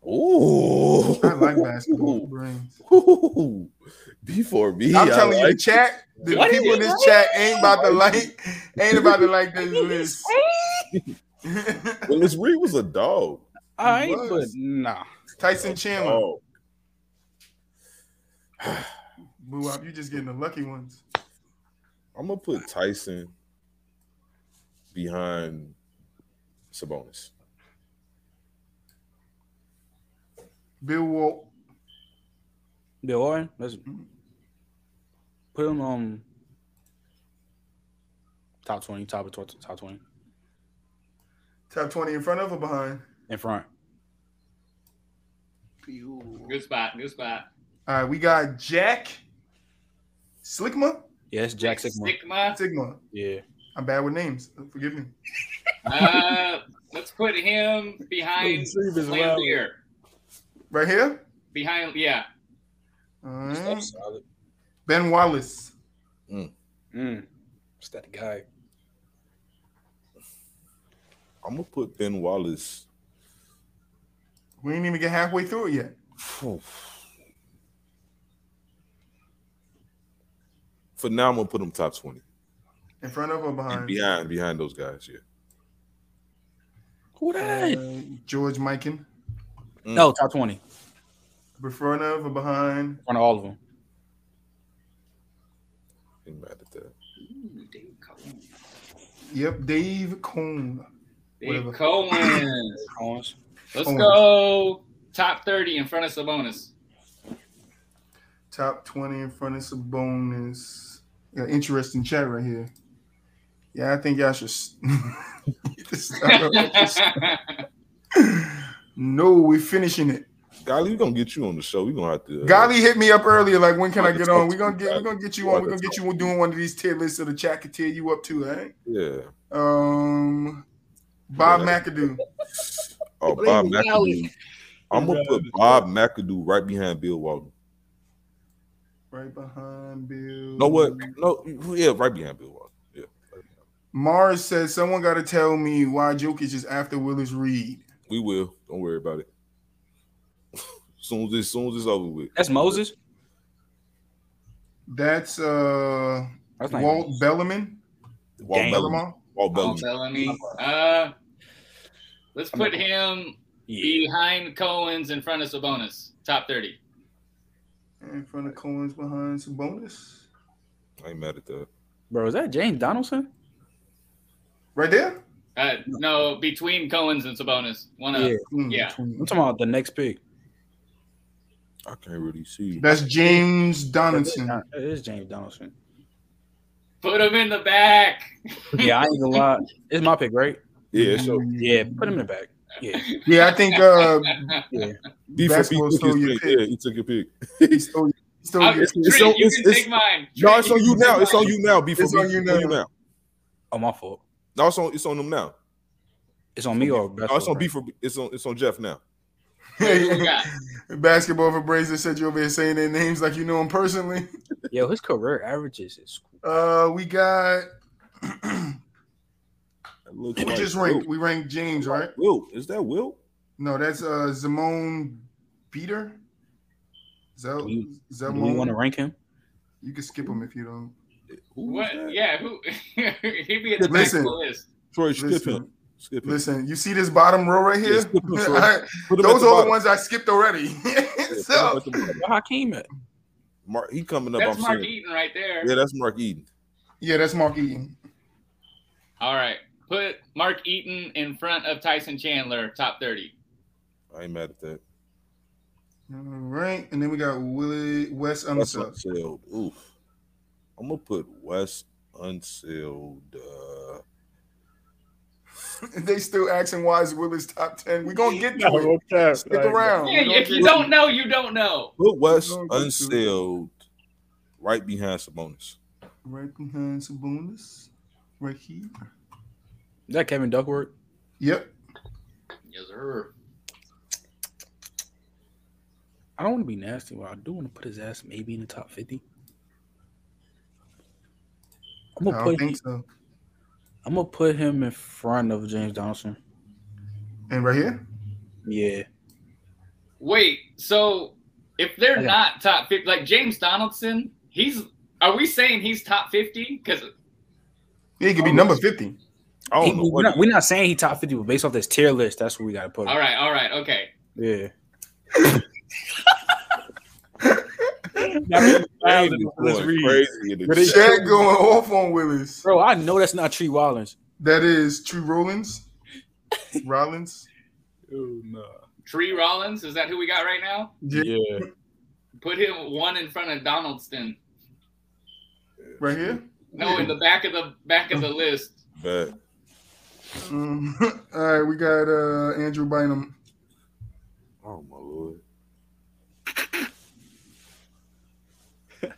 Ooh,
I like basketball brains.
Ooh. Before me,
I'm
I
telling you,
like
the chat, the
What
people in
is
this chat ain't about to like, ain't about to like this list.
Willis Reed was a dog.
All right,
was.
but nah.
Tyson Chandler.
Oh,
Boo Wop, you just getting the lucky ones.
I'm gonna put Tyson behind Sabonis.
Bill Walt.
Bill Warren, let's put him um top twenty, top of tw- top twenty
Top 20 in front of or behind?
in front.
Good spot. Good spot.
All right, we got Jack Slickma.
Yes, Jack Sigma.
Sigma.
Sigma.
Yeah,
I'm bad with names. Forgive me.
Uh, let's put him behind
Reed is wild.
Lambier.
Right here.
Behind, yeah.
All
Hmm?
mm.
right.
solid.
Ben Wallace.
Mm. It's that guy.
I'm gonna put Ben Wallace.
We ain't even get halfway through it yet.
For now, I'm gonna put him top twenty.
In front of or behind?
Behind behind those guys, yeah.
Who that?
Uh, George Mikan.
no, top twenty in
In front of or behind?
front of all of them.
Ain't mad at that.
Ooh, Dave Cohen.
Yep, Dave Cohn. Whatever.
Dave Cohen.
Collins.
Let's
Cohen.
go top 30 in front of Sabonis.
Top 20 in front of Sabonis. Yeah, interesting chat right here. Yeah, I think y'all should. s- stop. no, we're finishing it.
Golly, we're gonna get you on the show. We're gonna have to uh,
Golly hit me up earlier, like when can I get on? We're gonna get we're gonna get you on. We're gonna get you doing one of these tier lists so the chat can tear you up too, all right?
Yeah.
Um Bob McAdoo.
Oh
Blame
Bob
Golly.
McAdoo. I'm gonna put Bob McAdoo right behind Bill Walton.
Right behind Bill.
No what? No, yeah, right behind Bill Walton. Yeah. right behind.
Mars says someone gotta tell me why Jokic is after Willis Reed.
We will. Don't worry about it. soon as this soon as it's over with.
That's Moses.
That's uh
That's not.
Walt Bellarmin.
Walt
Damn.
Bellamy.
Bellarmont.
Walt
Don't
Bellamy.
tell me. Uh, let's
I'm not-
put him
Yeah.
behind Cohen's in front of Sabonis. Top 30.
In front of Cohen's behind Sabonis.
I ain't mad at that.
Bro, is that James Donaldson?
Right there?
Uh, no, between Cohen's and Sabonis, one of
Yeah.
Mm.
yeah.
I'm talking about the next pick.
I can't really see.
That's James Donaldson.
It is James Donaldson.
Put him in the back.
Yeah, I ain't gonna lie. It's my pick, right?
Yeah, so
Yeah, put him in the back. Yeah,
Yeah, I think uh,
D for B
Basketball
took
stole
his
your
pick.
pick.
Yeah, he took your pick.
he stole, he stole
I'm-
your-
it's- it's
Trent,
so-
you
it's-
can
it's-
take mine.
No,
Trent,
it's on
can
you
take
now. It's
mine.
on you now. B for
It's
B.
on you
It's on
now.
you now.
oh my fault.
No, it's on. It's on them now.
It's on me or
Oh,
No, it's on B for. B. It's on. It's on Jeff now.
Who we got?
basketball for Brazier said you over here saying their names like you know them personally.
Yo, his career averages is
Uh, we got
It looks
we
like
just ranked
Will.
we ranked James right.
Will is that Will?
No, that's uh Zamone Peter. Zel-
Do you- Do
Zelmone.
you
You,
want to rank him?
can skip him if you don't.
Who is
What?
that?
Yeah, who? He'd be at the back of
Listen.
the list.
Troy, skip him.
Listen,
Skip him.
listen, you see this bottom row right
Yeah,
here?
skip him, Troy.
All right,
Put him at
Those
the
are the
bottom.
ones I skipped already.
Yeah,
so
put him at the bottom.
Where Hakeem at?
Mark, he coming up.
That's
I'm
Mark
seeing.
Eaton right there.
Yeah, that's Mark Eden.
yeah, that's Mark Eaton.
All right. Put Mark Eaton in front of Tyson Chandler, top 30.
I ain't mad at that.
All right, and then we got Willie West
West
Unsub.
unsealed. Oof. I'm gonna put West unsealed. Uh,
they still asking why is Willie's top ten. We're gonna get to
No,
it.
no cap,
Stick
like,
around.
Yeah,
We gonna
if you
get-
don't know, you don't know.
put West
going to-
unsealed right behind Sabonis.
right behind Sabonis, right here.
Is that Kevin Duckworth?
Yep.
Yes, sir.
I don't want to be nasty, but I do want to put his ass maybe in the top fifty. I'm
I
gonna
don't
put
think so.
I'm gonna put him in front of James Donaldson.
And right here,
Yeah,
Wait, so if they're
Okay.
not top 50, like James Donaldson, he's, are we saying he's top 50? Because
yeah, he could be number fifty.
I don't
He-
know
we're,
what
not, we're not saying he top fifty, but based off this tier list, that's where we gotta put him.
All right, all right, okay.
Yeah.
that
Shaq
man-
is
Let's
going
read.
crazy in the
But it-
chat.
Shaq going off on Willis.
Bro, I know that's not Tree Wallens.
That is True Rollins. Rollins.
Ooh, nah.
Tree Rollins, is that who we got right now?
Yeah.
Yeah.
Put him one in front of Donaldson.
Right here.
No, in the back of the back of the list.
But
Um, all right, we got uh Andrew Bynum.
oh my lord,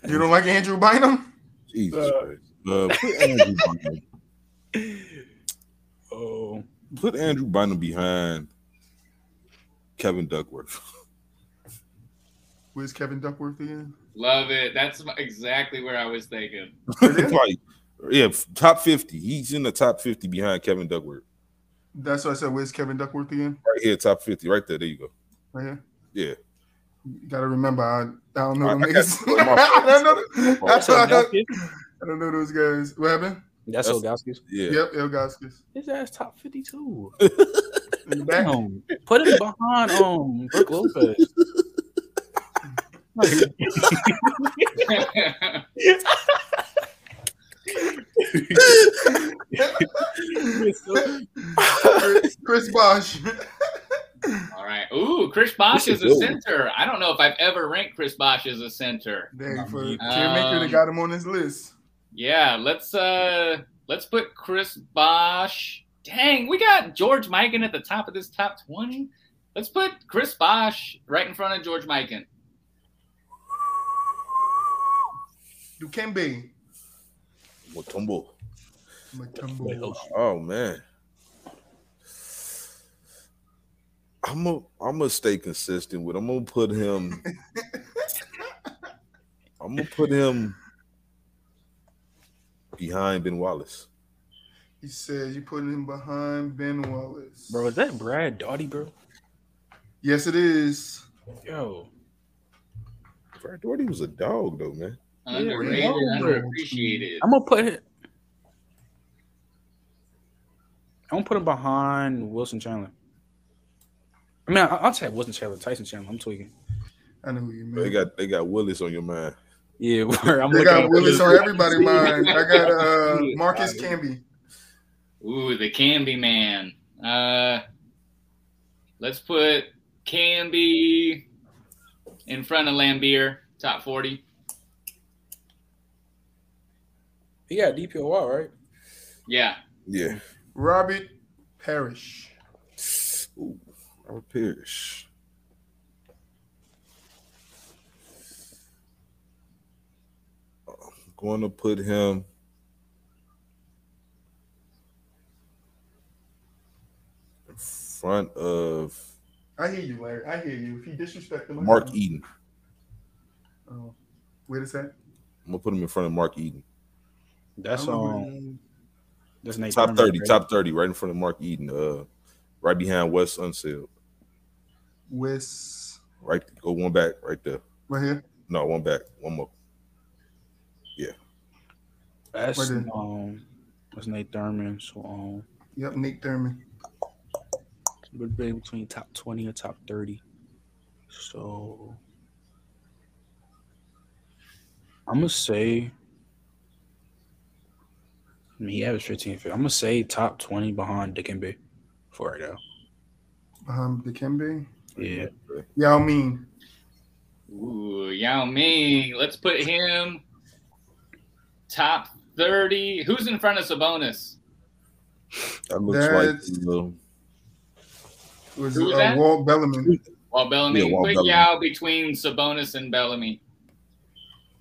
You don't like Andrew Bynum?
Jesus
Uh,
Christ! Uh, put, Andrew Bynum,
Oh,
put Andrew Bynum behind Kevin Duckworth.
Where's Kevin Duckworth again?
Love it. That's exactly where I was thinking.
Right here?
like, yeah, f- top fifty. He's in the top fifty behind Kevin Duckworth.
That's what I said. Where's Kevin Duckworth again?
Right here, top fifty. Right there. There you go.
Right here.
Yeah.
You gotta remember, I, I don't know
I-
them
I
niggas.
got- my
I don't know. them-
That's
That's why I, don't,
Ilgauskas?
I don't know those guys. What happened?
That's
That's-
Ilgauskas.
Yeah.
Yep, Ilgaskis.
His ass top fifty two.
In the back.
Damn. Put him behind um Brooke Lopez.
Chris, Chris Bosch.
All right. Ooh, Chris Bosch
This
is
is
a
dope.
center. I don't know if I've ever ranked Chris Bosch as a center.
Dang, for
Um,
Kingmaker, they got him on his list.
Yeah, let's uh let's put Chris Bosch. Dang, we got George Mikan at the top of this top 20. Let's put Chris Bosch right in front of George Mikan.
Dukembe.
Mutombo.
Matumbo.
Oh man. I'm gonna I'm gonna stay consistent with. I'm gonna put him. I'm gonna put him behind Ben Wallace.
He said you putting him behind Ben Wallace.
Bro, is that Brad Doughty, bro?
Yes, it is.
Yo.
Brad Doherty was a dog though, man.
Underrated,
no, bro.
underappreciated.
I'm gonna put it. I'm gonna put him behind Wilson Chandler. I mean, I, I'll say Wilson Chandler, Tyson Chandler. I'm tweaking.
I know who you
They
mean.
got they got Willis on your mind.
Yeah, word. I'm
They
looking
got
at
Willis on
Wilson.
everybody's mind. I got uh, Marcus Camby.
Ooh, the Candy Man. Uh, let's put Candy in front of Lambier, top 40.
He got DPOY, right?
Yeah.
Yeah.
Robert Parrish.
Ooh, Robert Parrish. Uh, I'm going to put him. in Front of
I hear you, Larry. I hear you. If you disrespect him, I-
Mark
E.
Eden.
Oh, where is that?
I'm gonna put him in front of Mark Eden.
I
That's
don't know
um,
where that-
that's Nate
Top
Thurman,
30,
right?
top 30, right in front of Mark Eden. Uh right behind Wes Unseld.
Wes
Right go one back right there.
right here.
No, one back, one more.
That's
Where did-
um, that's Nate Thurman. So um,
Yep, Nate Thurman.
would be between top twenty or top thirty. So I'm gonna say. I mean, he averaged 15. I'm gonna say top 20 behind Dickenby for right now.
Um, Dikembe.
Yeah,
Yao Ming.
Ooh, Yao Ming. Let's put him top 30. Who's in front of Sabonis?
That looks
That's-
like uh,
It was
Who was
uh,
that?
Walt Bellarmin.
Well, Bellamy.
Yeah, Walt
put
Bellamy.
Yao between Sabonis and Bellamy.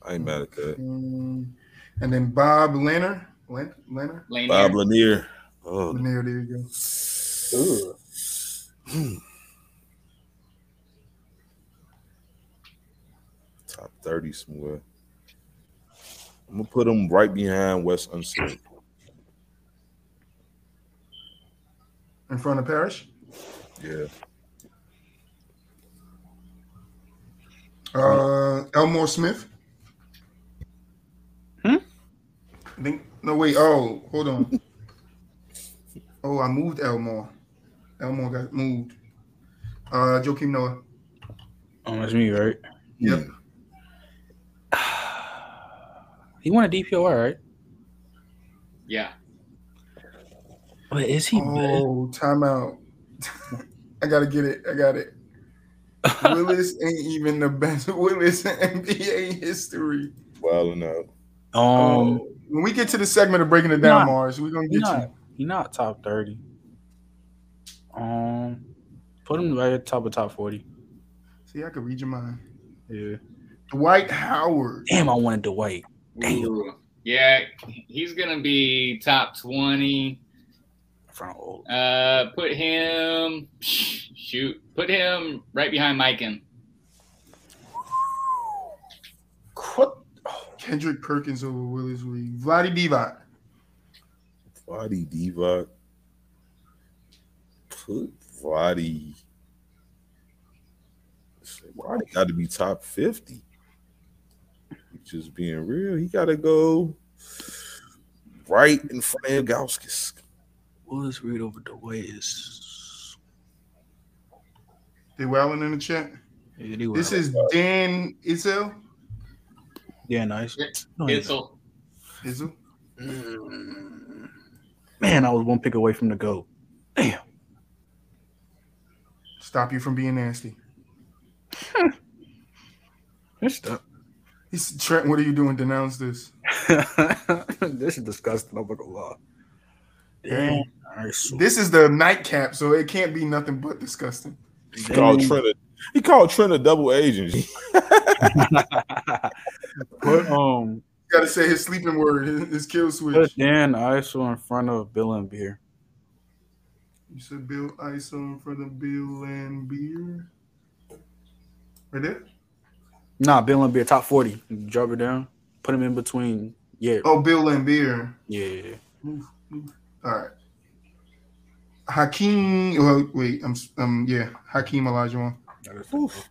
I ain't mad at that.
Um, and then Bob Leonard. Len- Leonard?
Lane
Bob
here.
Lanier. Oh,
Lanier, there you go.
Hmm. top 30 somewhere. I'm gonna put him right behind Wes Unseld.
In front of Parrish.
Yeah.
Uh, Elmore Smith.
Hmm?
I think, no, wait. Oh, hold on. oh, I moved Elmore. Elmore got moved. Uh, Joakim Noah.
oh, that's me, right?
Yep.
He won a DPOR, right?
Yeah.
But is he? bad?
Oh, timeout. I gotta get it. I got it. Willis ain't even the best Willis in NBA history.
Well enough.
Um,
oh, when we get to the segment of breaking it down,
Not-
Mars, we're gonna
he
get
not,
you.
he not top thirty. Um, put him right at top of top forty.
See, I could read your mind.
Yeah.
Dwight Howard.
Damn, I wanted Dwight. Damn.
Ooh. Yeah, he's going to be top 20.
Front old.
Uh, put him, shoot, put him right behind Mikan.
Kendrick Perkins over Willis Reed. Vladdy Divac.
Vadi Divac. Put Vadi. Vadi got to be top 50. Just being real, he got to go right in front of Gauskas.
Willis Reed over Dwight is.
They wilding in the chat.
Anyway,
This is Dan Izzo.
yeah, nice. No, he's not.
Itzel.
Izzo.
Mm. Man, I was one pick away from the goat. Damn.
Stop you from being nasty.
This stuff.
He said, Trent, what are you doing? Denounce this.
this is disgusting. I'm not gonna lie. Damn.
Damn.
All right, so
This is the nightcap, so it can't be nothing but disgusting.
He called
then-
Trent a, he called Trent a double agent.
put um
You gotta say his sleeping word, his, his kill switch.
put Dan ISO in front of Bill and Beer.
You said Bill ISO in front of Bill and Beer. Right there?
Nah, Bill and Beer top forty. Drop it down. Put him in between. Yeah,
Oh, Bill and Beer.
yeah, yeah, yeah.
All right. Hakeem, well, wait, I'm, s- um, yeah, Hakeem Olajuwon.
That is-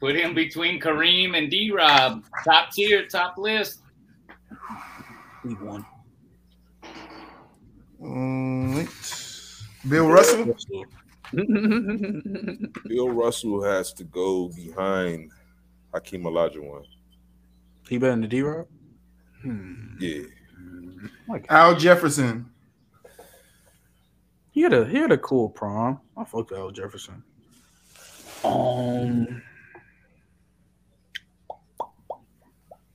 Put him between Kareem and D Rob. Top tier, top list.
We won.
Um, wait. Bill Russell.
Bill Russell has to go behind Hakeem Olajuwon.
he better than D Rob. Hmm.
Yeah.
Like
Al Jefferson.
He had a he had a cool prom. I fuck with Al Jefferson. Um,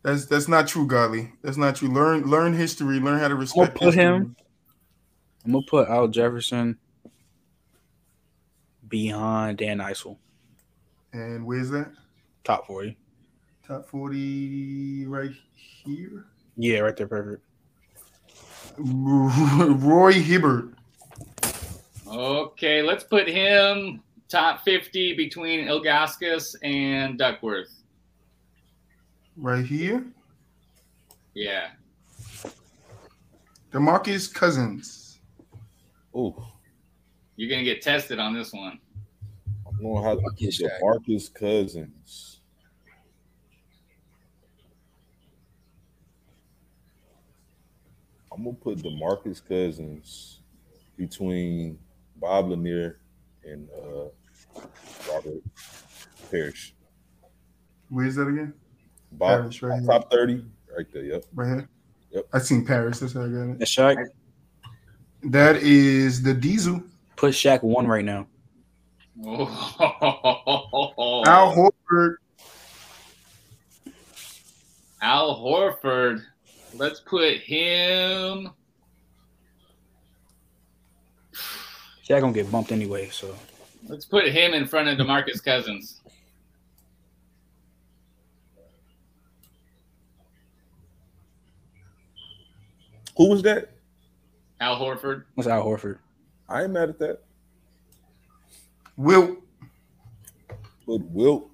That's that's not true, Godly. That's not true. Learn learn history. Learn how to respect.
put
history.
him- I'm gonna put Al Jefferson behind Dan Isel,
And where's that?
top forty.
Top forty right here.
Yeah, right there, perfect.
Roy Hibbert.
Okay, let's put him top 50 between Ilgaskis and Duckworth.
right here.
Yeah.
Demarcus Cousins.
Oh,
You're going to get tested on this one.
I don't know how to
Fuck you, Shaq.
Marcus Cousins. I'm gonna put Demarcus Cousins between Bob Lanier and uh, Robert Parrish.
Where's that again?
Bob,
Parrish, right here.
top thirty, right there. Yep.
Right here.
Yep.
I seen Paris. That's how I got it.
That's Shaq.
That is the Diesel.
Put Shaq one right now.
Oh.
Al Horford.
Al Horford. Let's put him.
Shaq gonna get bumped anyway, so
Let's put him in front of DeMarcus Cousins.
Who was that?
Al Horford.
what's Al Horford?
I ain't mad at that.
Wilt.
But Wilt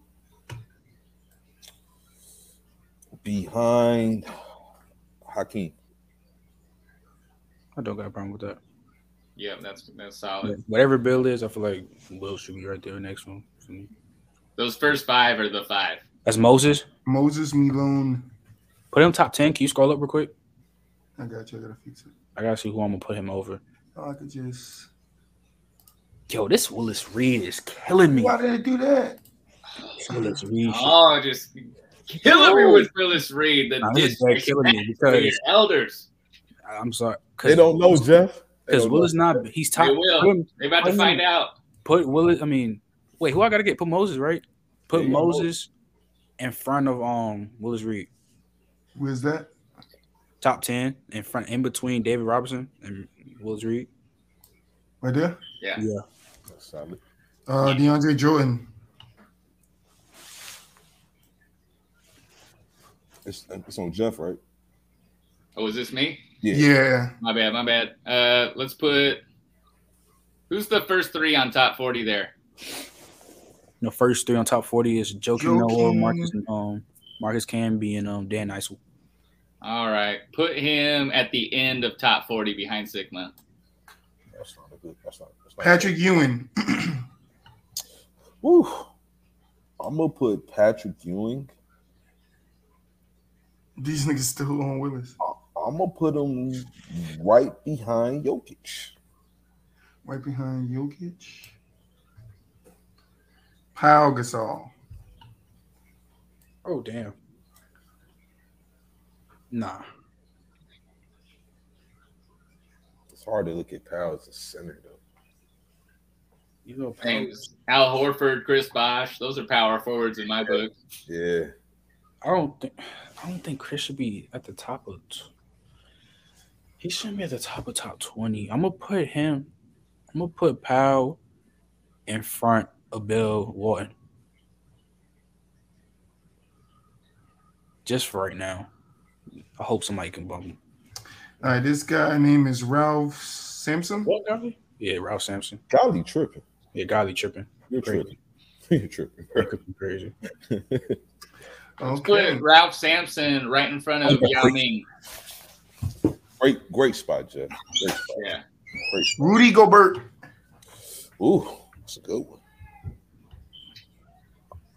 behind Hakeem.
I don't got a problem with that.
Yeah, that's that's solid.
Whatever Bill is, I feel like Will should be right there next one. for me.
Those first five are the five.
That's Moses.
Moses Malone.
Put him top ten. Can you scroll up real quick?
I got you. I gotta fix it.
I gotta see who I'm gonna put him over.
Oh, I could just.
Yo, this Willis Reed is killing me.
Why did I do that?
This Willis Reed. shit.
Oh, just killing me with Phyllis Reed. The
Nah, this is dead
disrespect
killing me
to your
because
elders.
I'm sorry.
They don't know, Jeff. They
Because
don't
Willis not he's top.
They will.
Put, him-
They're about to find out.
put Willis. I mean, wait, who I gotta get? Put Moses right. Put
Yeah, you got
Moses in front of um Willis Reed,
Where's that?
top ten in front in between David Robinson and Willis Reed.
Right there.
know. That's solid.
Uh, DeAndre Jordan.
It's, it's on Jeff, right?
Oh, is this me?
Yeah.
Yeah.
My bad, my bad. Uh, let's put who's the first three on top forty there?
The first three on top forty is Joakim Noah,
Joakim.
Marcus, um, Marcus Camby, and um Dan Issel.
All right, put him at the end of top forty behind Sigma.
That's not a good. That's not. That's not
Patrick Ewing.
Woo. I'm gonna put Patrick Ewing.
These niggas still on Willis.
I'm gonna put him right behind Jokic.
Right behind Jokic. Pau Gasol.
Oh damn. Nah,
It's hard to look at Powell as a center though.
you know,
Thanks. Al Horford, Chris Bosh. Those are power forwards in my book.
Yeah.
I don't think I don't think Chris should be at the top of. T- he shouldn't be at the top of top twenty. I'm gonna put him. I'm gonna put Powell in front of Bill Walton. Just for right now, I hope somebody can bump him.
All right, this guy name is Ralph Sampson.
What, Godly? Yeah, Ralph Sampson.
Golly tripping.
Yeah, Godly tripping.
You're
Crazy.
tripping. You're tripping.
That could be crazy.
Okay.
Put Ralph Sampson right in front of Yao Ming.
Great, great spot, Jeff. Great spot.
Yeah.
Great spot.
Rudy Gobert.
Ooh, that's a good one.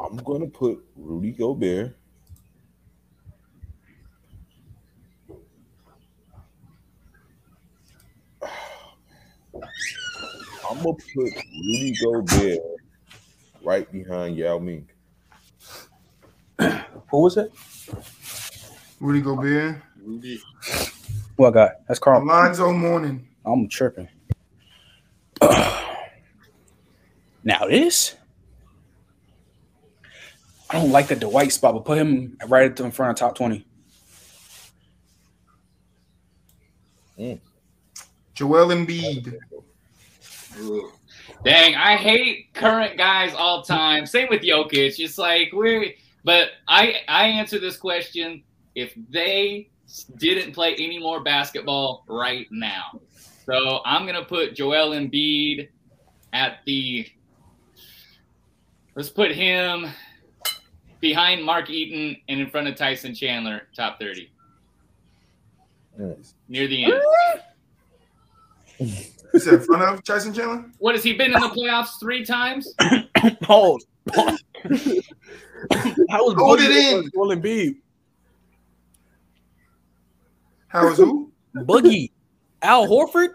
I'm gonna put Rudy Gobert. I'm gonna put Rudy Gobert right behind Yao Ming.
Who was it?
Rudy Gobert.
Rudy.
Who I got? That's Carl.
Alonzo Mourning.
I'm tripping. Now this, I don't like the Dwight spot, but put him right at the, in front of top twenty.
Joel Embiid.
Dang, I hate current guys all time. Same with Jokic. It's like we're but I I answer this question if they didn't play any more basketball right now. So I'm gonna put Joel Embiid at the let's put him behind Mark Eaton and in front of Tyson Chandler, top 30.
Nice.
Near the end.
You said in front of Tyson Chandler?
What has he been in the playoffs three times?
Hold.
How was
Hold it in.
Joel Embiid.
How is who?
Boogie Al Horford?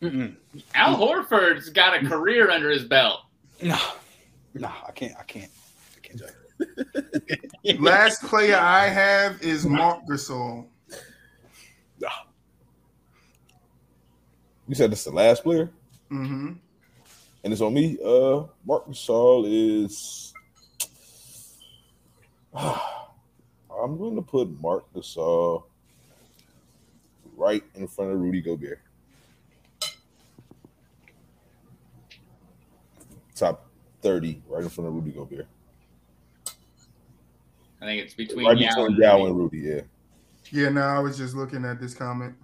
Mm-mm.
Al Horford's got a career under his belt.
Nah, nah, I can't, I can't, I can't. do it.
Last player I have is Mark Gasol.
You said that's the last player,
Mm-hmm.
and it's on me. Uh, Mark Gasol is. I'm going to put Mark Gasol right in front of Rudy Gobert. Top thirty, right in front of Rudy Gobert.
I think it's between
Right
Yao
between
and
Dow
Rudy.
and Rudy. Yeah.
Yeah, no, I was just looking at this comment.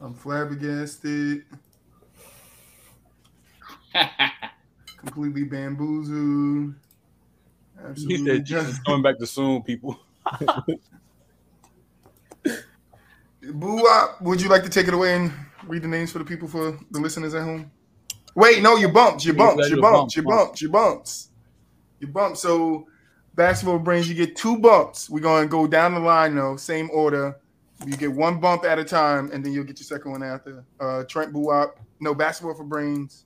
I'm flabbergasted, completely bamboozled.
He
Absolutely
said Jesus
just
is coming back to soon, people.
Boo Wop, would you like to take it away and read the names for the people for the listeners at home? Wait, no, you bumped, you
Yeah,
bumped,
you
you
bump,
bumped, you
bump.
bumped, you bumped, you bumped. So basketball brains, you get two bumps. We're gonna go down the line though, same order. You get one bump at a time, and then you'll get your second one after. Uh Trent Boo Wop, no basketball for brains.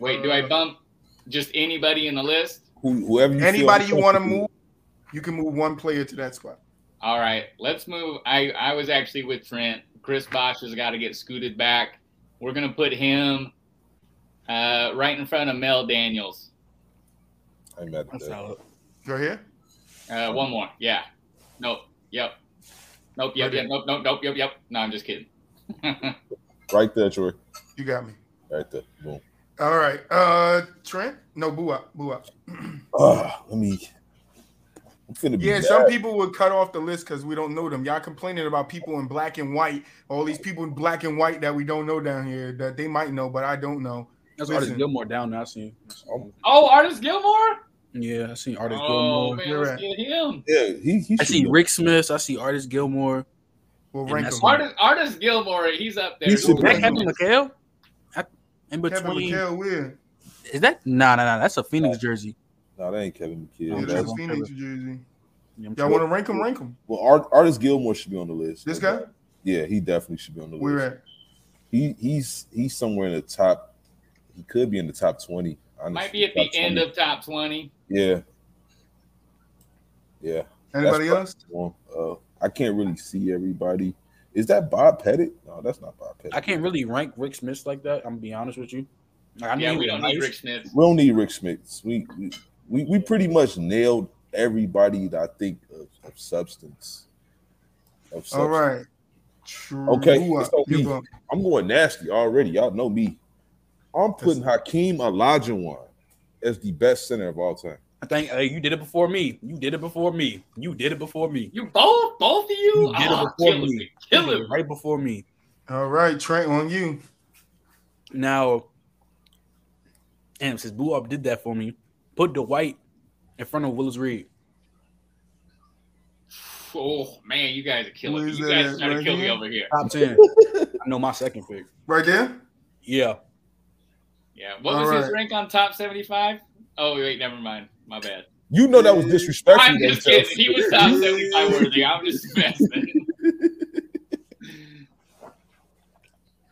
Wait, do I bump just anybody in the list?
Who, whoever you feel
Anybody you want to
comfortable-
move, you can move one player to that spot.
All right, let's move. I, I was actually with Trent. Chris Bosch has got to get scooted back. We're going to put him uh, right in front of Mel Daniels.
I'm mad at
That's
that.
solid.
Go here.
Uh, one more. Yeah. Nope. Yep. Nope. Yep. Yep. Nope. Nope. Nope. Yep. Yep. No, I'm just kidding.
Right there, Troy.
You got me.
Right there. Boom.
All right. Uh Trent. No, Boo Wop. Boo Wop.
Ah, let me. I'm finna be
Yeah,
mad.
some people would cut off the list because we don't know them. Y'all complaining about people in black and white, all these people in black and white that we don't know down here that they might know, but I don't know.
That's Artis
Listen.
Gilmore down there. I seen.
oh, Artis Gilmore?
Yeah, I seen Artis
Oh,
Gilmore.
man.
You're
Let's
right.
get him.
Yeah, he, he
I
should
seen
be-
Rick Smith. I see Artis Gilmore.
We'll
And
rank
that's
them.
Artis, Artis Gilmore, he's up there.
He should
Is that
be-
Kevin McHale? At- In between,
Kevin McHale, weird.
is that nah, nah, nah? That's a Phoenix jersey.
No, that ain't Kevin
Yeah,
McKidd.
that's-
that's
That's,
on
Phoenix jersey.
I'm
Y'all
sure.
want to rank them? Rank them.
well, Art, Artist Gilmore should be on the list.
This guy?
Yeah, he definitely should be on the list.
We're at.
He he's he's somewhere in the top. He could be in the top twenty. Honestly.
Might be at
Top
the end
20.
of top 20.
Yeah. Yeah.
Anybody
That's-
else?
Well, uh, I can't really see everybody. Is that Bob Pettit? No, that's not Bob Pettit.
I can't really rank Rick Smith like that. I'm gonna be honest with you. Like, I knew
yeah,
he
we
was
don't need
nice.
Rick Smith.
We don't need Rick Smith. We we, we, we pretty much nailed everybody that I think of, of substance. Of substance.
All right. True.
Okay,
Boo Wop,
it's on
you
me.
bump.
I'm going nasty already. Y'all know me. I'm putting Hakeem Olajuwon as the best center of all time.
I think uh, you did it before me. You did it before me. You did it before me.
You both, both of you,
You did it
oh,
before
killing
me.
me,
You
killing
did
me.
it right before me.
All right, Trent, on you.
Now, damn, since Blue Up did that for me, put the white in front of Willis Reed.
Oh man, you guys are killing me.
Where's
You
that
guys
at?
are trying to
Right
kill me
here?
over here.
Top ten. I know my second pick.
Right there.
Yeah,
Yeah. What
All
was his
right.
rank on top seventy-five? Oh wait, never mind. My bad.
You know that was
Yeah.
disrespectful.
I'm just
Marcel.
kidding. He was top seventy-five worthy. I'm just messing.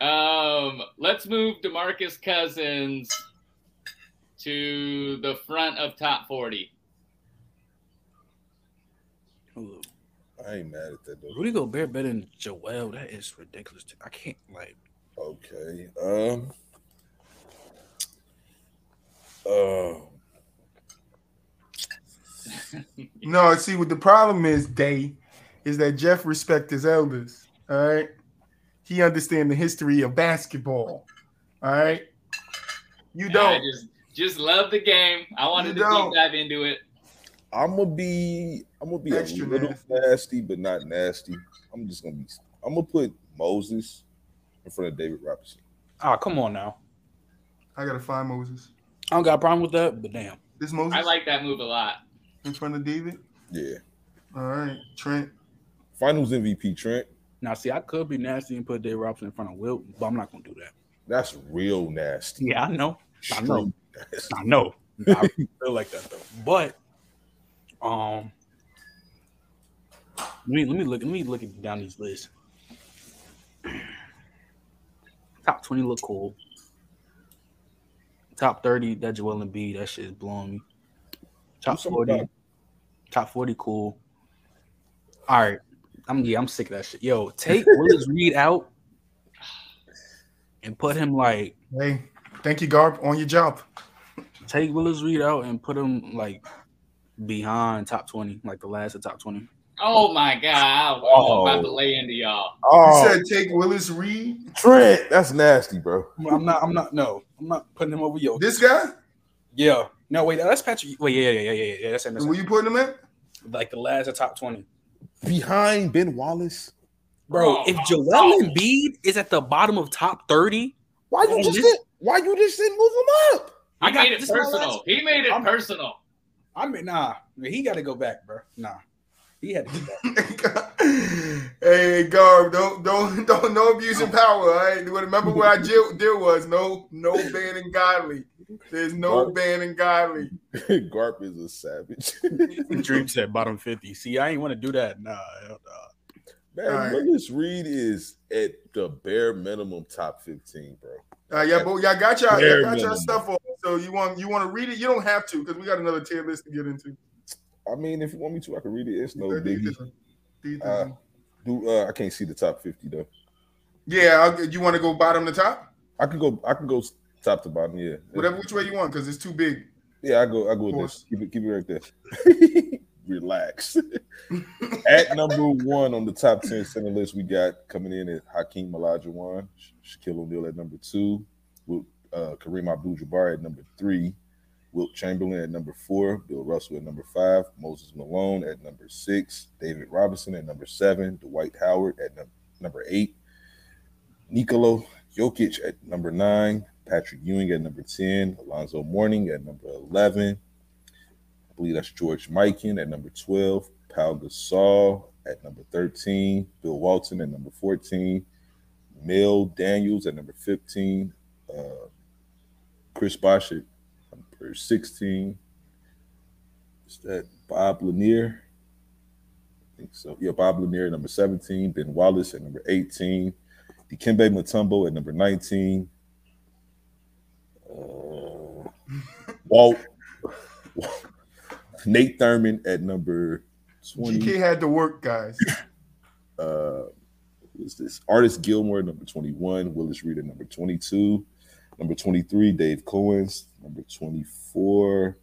um, let's move Demarcus Cousins to the front of top forty.
Ooh,
I ain't mad at that though.
Rudy Gobert better than Joel. That is ridiculous. I can't like.
Okay. Um. Uh,
No, see what the problem is, Day, is that Jeff respect his elders. All right. He understand the history of basketball. All right. You
I
don't.
just just love the game. I wanted
You
to
don't.
deep dive into it.
I'm gonna be I'm gonna be
Extra
a little
nasty.
nasty. but not nasty. I'm just gonna be I'm gonna put Moses in front of David Robinson.
Oh, come on now.
I gotta find Moses.
I don't got a problem with that, but damn.
This Moses
I like that move a lot.
in front of David.
Yeah.
All right, Trent.
Finals MVP Trent.
Now, see, I could be nasty and put Dave Robinson in front of Wilt, but I'm not gonna do that.
That's real nasty.
Yeah, I know. I know.
Straight nasty.
I know. I feel like that though. But um let me let me look let me look at down these lists. Top 20 look cool. Top 30, that Joel Embiid, that shit is blowing me. Top
Do something
40.
about it.
Top 40, cool. All right. I'm yeah, I'm sick of that shit. Yo, take Willis Reed out and put him like
Hey, thank you, Garb, on your job.
take Willis Reed out and put him like behind top twenty, like the last of top twenty.
Oh my god! I'm
Oh.
about to lay into y'all.
You
Oh
said take Willis Reed.
Trent, that's nasty, bro.
I'm not. I'm not. No, I'm not putting him over Yo.
This guy?
Yeah. No, wait. That's Patrick. Wait. Yeah. Yeah. Yeah. Yeah. yeah that's him. That's
Were
him.
you putting him in?
Like the last of top twenty.
Behind Ben Wallace.
Bro,
Oh,
if
oh,
Joel
oh.
Embiid is at the bottom of top thirty,
Why
Man,
you just
this-
didn't why you just didn't move him up?
He
I got
made it
this is my
personal.
last-
He made it
I'm-
personal.
I mean, nah, he got to go back, bro. Nah, he had to go back.
hey, Garb, don't don't don't no abusing power. All right, remember where I deal, deal was no no banning godly. There's no
Garb.
banning godly.
Garp is a savage.
Dream said bottom fifty. See, I ain't want to do that. Nah, hell nah.
Man,
All right.
Willis Reed is at the bare minimum top 15, bro.
Uh, yeah, but y'all got y'all, y'all
Bare
got y'all
minimum.
stuff on. So you want you want to read it? You don't have to because we got another tier list to get into.
I mean, if you want me to, I can read it. It's no
Uh, do you
biggie.
think- do you think-
Uh, Do uh, I can't see the top 50 though.
yeah, I'll, you want to go bottom to top,
I can go. I can go s- top to bottom. Yeah.
whatever which way you want because it's too big.
Yeah, I go. I go with
course.
this. Keep it. Keep it right there. Relax. At number one on the top ten center list, we got coming in is Hakeem Olajuwon, Sha- Shaquille O'Neal at number two, with uh, Kareem Abdul-Jabbar at number three, Wilt Chamberlain at number four, Bill Russell at number five, Moses Malone at number six, David Robinson at number seven, Dwight Howard at num- number eight, Nikolo Jokic at number nine, Patrick Ewing at number 10, Alonzo Mourning at number 11. I believe that's George Mikan at number 12, Pau Gasol at number 13, Bill Walton at number 14, Mel Daniels at number 15, uh, Chris Bosh at number 16. Is that Bob Lanier? I think so. Yeah, Bob Lanier at number 17, Ben Wallace at number 18, Dikembe Mutombo at number 19. Uh, Walt. Nate Thurman at number 20.
GK had to work, guys.
Uh, who is this? Artist Gilmore at number 21. Willis Reed at number 22. Number 23, Dave Cohen's. Number 24.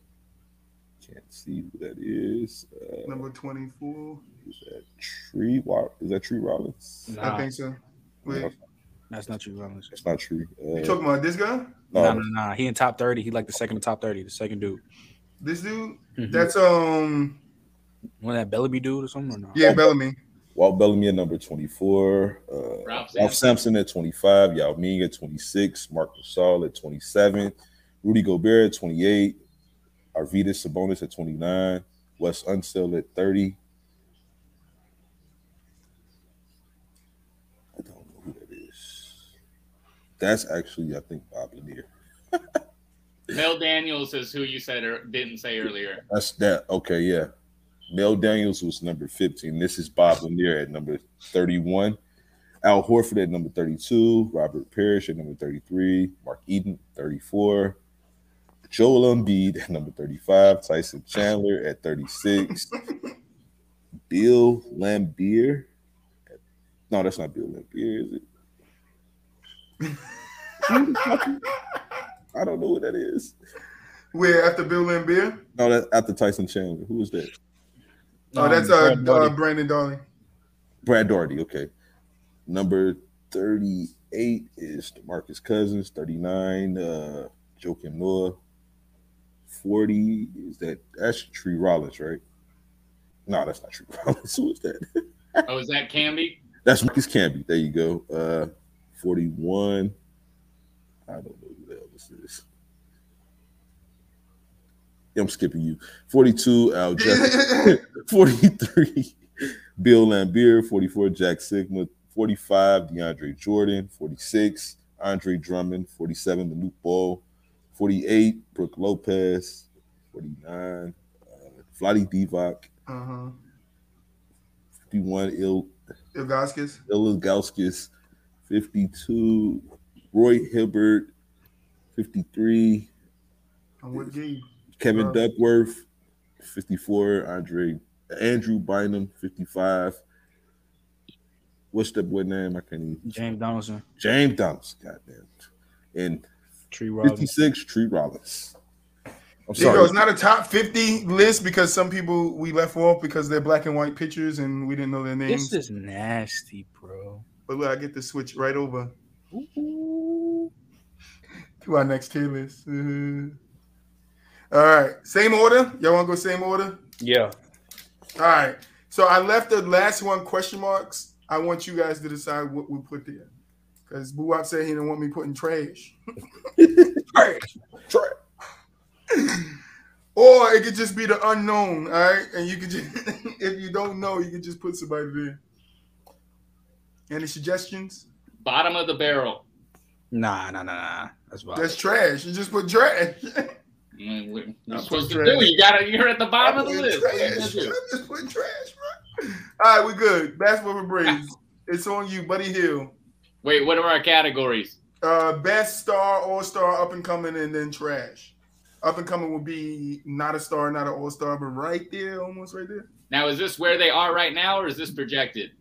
Can't see who that is. Uh,
Number twenty-four,
is that Tree? Wa- Is that Tree Rollins?
I
Nah,
think so. Wait,
that's not true. Rollins.
That's not Tree. Uh,
you talking about this guy?
no,
Nah, nah, nah. He in top thirty. He like the second to top thirty. The second dude.
This dude?
Mhm.
That's um,
One of that Bellaby dude or something? Or no?
yeah, Bellamy.
Walt Bellamy at number 24, uh,
Ralph
Ralph,
Sampson.
Sampson at 25, Yao Ming at 26, Mark Gasol at 27, Rudy Gobert at 28, Arvidas Sabonis at 29, Wes Unsell at 30. I don't know who that is. That's actually, I think, Bob Lanier.
Mel Daniels is who you said or didn't say earlier.
That's that. Okay, yeah. Mel Daniels was number 15. This is Bob Lanier at number 31. Al Horford at number 32. Robert Parrish at number 33. Mark Eden, 34. Joel Embiid at number 35. Tyson Chandler at 36. Bill Lambier. at- No, that's not Bill Lambier, is it? I don't know who that is.
Where after Bill and Oh, Beer?
No, that after Tyson Chandler. Who is that?
Oh, that's
Um,
uh,
Brad
uh
Doherty.
Brandon Darling.
Brad Doherty. Okay, number thirty-eight is Demarcus Cousins. Thirty-nine, uh, Joakim Noah. Forty is that? That's Tree Rollins, right? No, that's not Tree Rollins. Who is that?
Oh, is that Camby?
That's Marcus Camby. There you go. Uh, 41. I don't know who the hell this is. Yeah, I'm skipping you. 42, Al Jefferson. 43, Bill Lambier. 44, Jack Sigma. 45, DeAndre Jordan. 46, Andre Drummond. 47, Manute Ball. 48, Brooke Lopez. 49, uh, Vladi Divac.
Uh huh.
51, Il
Ilgaskis.
Ilgauskas, 52, Roy Hibbert, 53,
And what game?
Kevin
Uh,
Duckworth, 54, Andre Andrew Bynum, 55. What's that boy name? I can't even.
James Donaldson,
James Thomas, goddamn. And
Tree Robbins.
56, Tree Rollins. I'm
There you go.
sorry.
It's not a top 50 list because some people we left off because they're black and white pictures and we didn't know their names.
This is nasty, bro.
but look, I get to switch right over to our next tier list. Mhm. All right. Same order. Y'all want to go same order?
Yeah.
All right. So I left the last one question marks. I want you guys to decide what we put there. Because Boo Wop said he didn't want me putting trash. trash.
Trash.
Or it could just be the unknown, all right? And you could just, if you don't know, you could just put somebody there. Any suggestions?
Bottom of the barrel.
Nah, nah, nah, nah. That's about
That's
it.
trash. You just put trash.
Mm, what- what you
I'm
supposed to
trash.
do? You got to You're at the bottom
I'm
of the
putting
list. What you
Trash.
gonna do?
I'm just putting trash, bro. All right, we're good. Basketball for Braves. it's on you, Buddy Hill.
Wait, what are our categories?
Uh, best star, all star, up and coming, and then trash. Up and coming would be not a star, not an all star, but right there, almost right there.
Now, is this where they are right now, or is this projected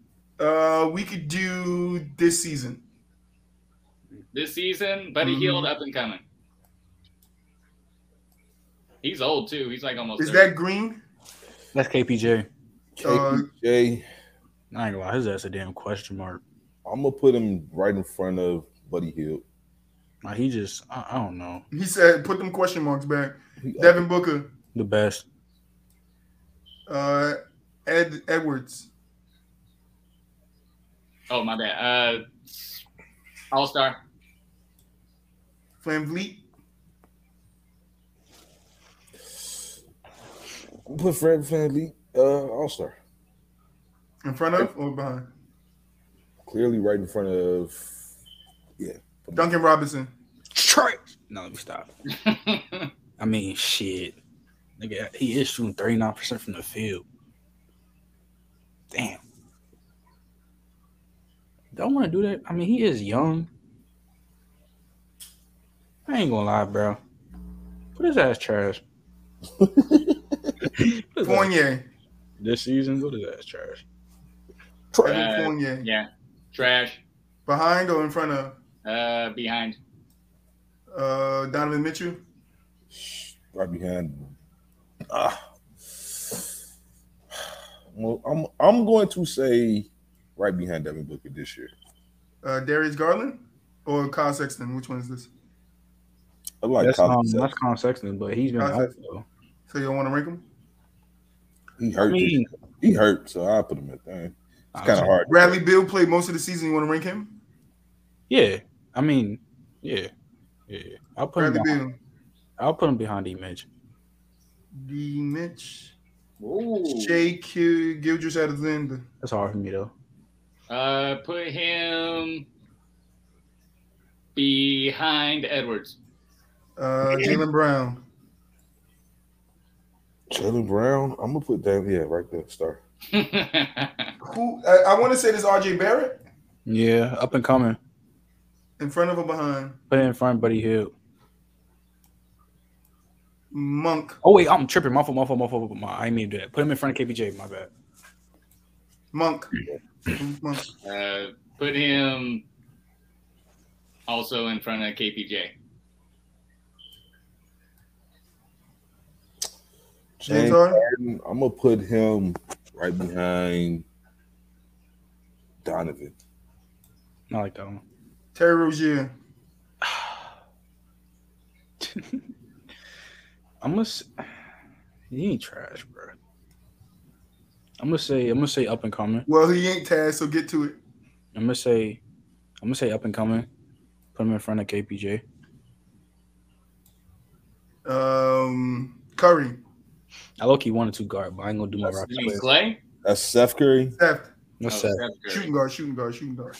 Uh, we could do this season.
this season? Buddy
Mhm.
Healed, up and coming. He's old too. He's like almost.
Is
30.
that green?
That's KPJ.
KPJ,
I ain't gonna lie, his ass a damn question mark.
I'm going to put him right in front of Buddy Hill.
Like he just, I, I don't know,
He said, put them question marks back.
He-
Devin Booker,
the best.
uh, Ed Edwards,
Oh my bad. Uh, All star.
Flam Vliet.
Put Fred Van Lee, uh, All Star.
In front of or behind?
Clearly right in front of. Yeah.
Duncan Robinson.
Trash. No, let me stop. I mean, shit, nigga, he is shooting thirty nine percent from the field. Damn. Don't want to do that. I mean, he is young. I ain't gonna lie, bro. Put his ass trash. Put his ass-
Fournier.
this season, put his ass trash.
Trash.
Uh,
Fournier.
yeah. Trash.
Behind or in front of?
Uh, behind.
Uh, Donovan Mitchell.
Right behind. Ah. Well, I'm I'm going to say right behind Devin Booker this year.
Uh, Darius Garland or Kyle Sexton? Which one is this?
I like
that's
Colin
um,
Sexton.
that's Colin Sexton, but he's been
Colin
out
Sexton.
though.
So you want to rank them?
He
I
hurt. this
mean,
year. he hurt, so I put him at that. It's kind of hard.
Bradley Bill played most of the season. You want to rank him?
Yeah, I mean, yeah, yeah. I'll put him.
Bradley
Behind,
Bill.
I'll put him behind D Mitch.
D. Mitch.
Ooh.
J.Q. Gildress Alexander.
That's hard for me though.
Uh, put him behind Edwards.
Uh, Jalen Brown.
Jalen Brown. I'm gonna put that. Yeah, right there. Star.
Uh,
Who? I, I want to say this R.J. Barrett
Yeah, up and coming.
in front of or behind
Put it in front, of Buddy Hill.
Monk.
Oh wait, I'm tripping. My fault. My fault. My fault. My, I didn't mean to do that. Put him in front of KPJ. My bad.
Monk. Monk.
uh, put him also in front of KPJ.
James
James Harden?
Harden, I'm gonna put him right behind Donovan.
I like that one.
Terry Rozier.
I'm gonna. s- He ain't trash, bro. I'm gonna say. I'm gonna say up and coming.
Well, he ain't Taz, so get to it.
I'm gonna say. I'm gonna say up and coming. Put him in front of KPJ.
Um, Curry.
I low key wanted to guard, but I ain't gonna do my rock.
You mean Clay?
That's Seth Curry.
Steph.
What's
Oh,
that?
Steph Curry.
Shooting guard, shooting guard, shooting guard.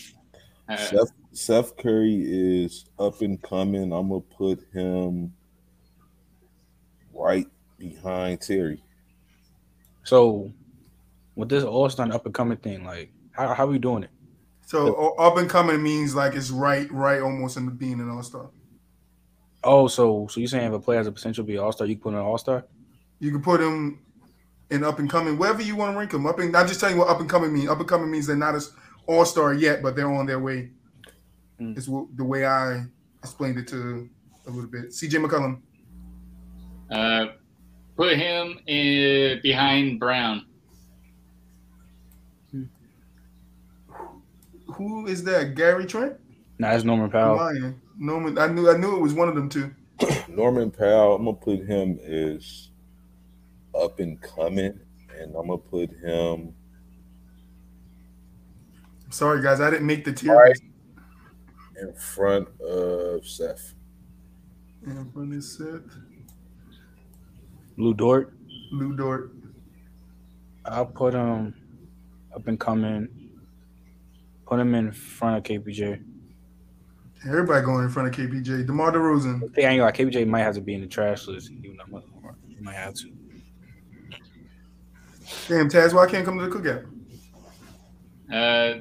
Uh,
Seth, Seth Curry is up and coming. I'm gonna put him right behind Terry.
So, with this all star up and coming thing, like how how we doing it?
So o- up and coming means like it's right, right, almost in being an all star.
Oh, so so you saying if a player has a potential to be an all star, you can put him an all star?
You can put him in up and coming, wherever you want to rank him. Up and I'm just telling you what up and coming means. Up and coming means they're not as all star yet, but they're on their way.
Mm.
Is wh- the way I explained it to a little bit. CJ McCollum.
uh, put him in, behind Brown.
Who is that? Gary Trent?
Nah, that's Norman Powell.
Lion. Norman. I knew. I knew it was one of them two.
Norman Powell, I'm gonna put him as up and coming, and I'm gonna put him
Sorry guys, I didn't make the tier.
All right.
list.
in front of Seth.
And from this set,
Lou Dort.
Lou Dort.
I'll put him up and coming. Put him in front of KPJ.
Everybody going in front of KPJ. DeMar DeRozan.
I think I ain't gonna lie, KPJ might have to be in the trash list, even though I'm- he might have to.
Damn, Taz, why I can't come to the cookout?
Uh,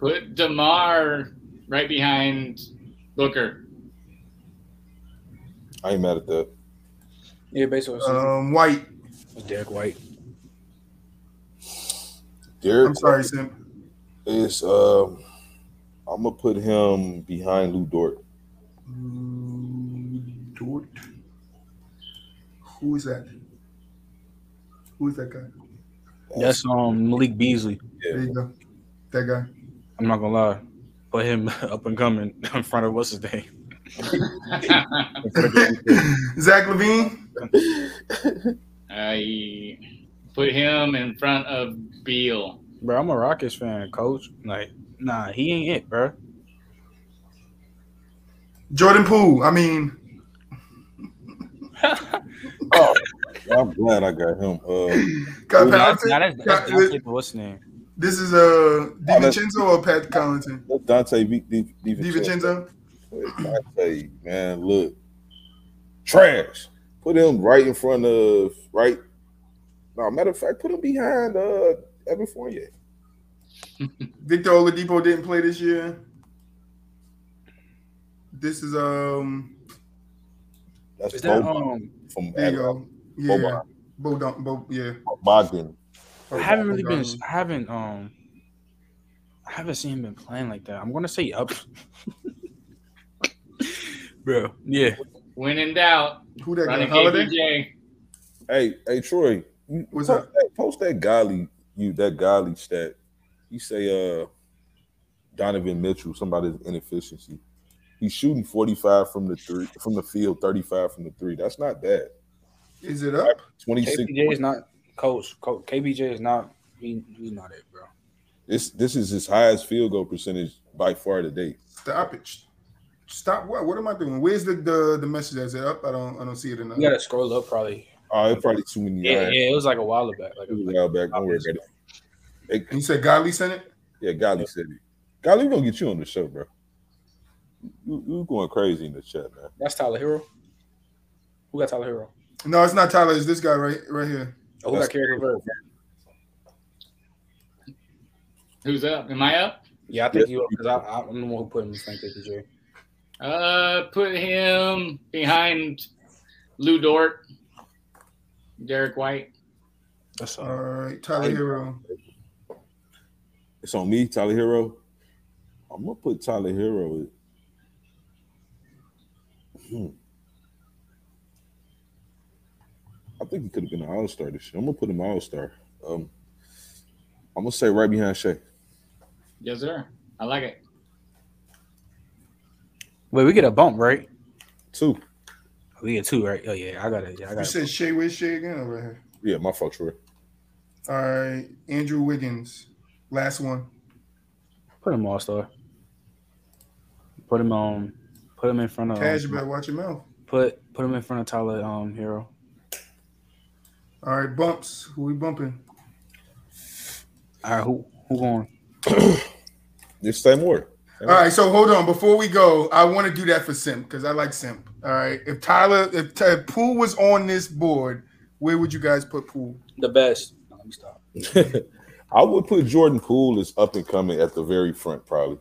put Demar right behind Booker.
I ain't mad at that.
Yeah, basically,
Um, White.
Derek White.
Derek
I'm sorry, Sim.
is um I'm gonna put him behind Lou Dort.
Mm, Dort. Who is that? Who is that guy?
That's um Malik Beasley.
There
Yeah.
you go. That guy.
I'm not gonna lie. Put him up and coming in front of what's his name?
Zach Levine.
I put him in front of Beal.
Bro, I'm a Rockets fan, coach. Like, nah, he ain't it, bro.
Jordan Poole. I mean,
Oh, I'm glad I got him. Uh,
Pat
Nah,
Connaughton.
that's, nah, that's, that's
Pat-
Dante, but what's his name?
This is uh,
that's-
DiVincenzo or Pat Collington?
Dante Di- Di- DiVincenzo.
DiVincenzo.
Dante, man, look, trash. Put him right in front of right. No, matter of fact, put him behind uh Evan Fournier.
Victor Oladipo didn't play this year. This is um.
That's
Is that
Boban
um?
from
There you go. Yeah.
Boban.
Bo, Bo, Bo yeah.
Bogdan.
I haven't really been. I haven't um. I haven't seen him been playing like that. I'm gonna say up, bro. Yeah,
When in doubt,
Who that guy?
running
Holiday.
KPJ.
Hey, hey, Troy, you
What's
post
up?
That, post that golly, you that golly stat. You say, uh, Donovan Mitchell, somebody's inefficiency. He's shooting forty five from the three from the field, thirty five from the three. That's not bad.
Is it up?
Twenty six.
KBJ is not coach. coach KBJ is not. He, he's not it, bro.
This this is his highest field goal percentage by far to date.
Stop it. Stop what? What am I doing? Where's the the, the message? Is it up? I don't I don't see it enough.
You gotta scroll up, probably.
Oh, it's probably too many.
Yeah,
yards.
yeah. It was like a while back. Like,
It was a while back. Don't worry about it. It-
And you said Godly sent it?
yeah, golly said it. Golly, we're gonna get you on the show, bro. You, you going crazy in the chat, man.
that's Tyler Hero. Who got Tyler Hero?
No, it's not Tyler, it's this guy right right here.
Oh, who
That's-
got Carrie Levert?
Who's up? Am I up?
Yeah, I think you because I, I, I'm the one who put him in front of KBJ.
Uh, put him behind Lou Dort, Derek White.
That's
All right, Tyler Hero.
It's on me, Tyler Hero. I'm gonna put Tyler Hero Hmm. I think he could have been an all star this year. I'm gonna put him all star. Um, I'm gonna say right behind Shea.
Yes, sir. I like it.
Wait, we get a bump, right?
Two.
We get two, right? Oh yeah, I got it. Yeah, I
You
got
said
it.
Shea with Shea again over here.
Yeah, my fault, Troy.
All right, Andrew Wiggins, last one.
Put him all star. Put him on. Put him in front of.
Cash, you better watch your mouth.
Put put him in front of Tyler um Hero.
All right, bumps. Who we bumping?
All right, who who going?
It's same order.
All right, so hold on. Before we go, I want to do that for Simp because I like Simp. All right, if Tyler, if, Ty- if Poole was on this board, where would you guys put Poole?
The best. No, let me stop.
I would put Jordan Poole as up and coming at the very front, probably.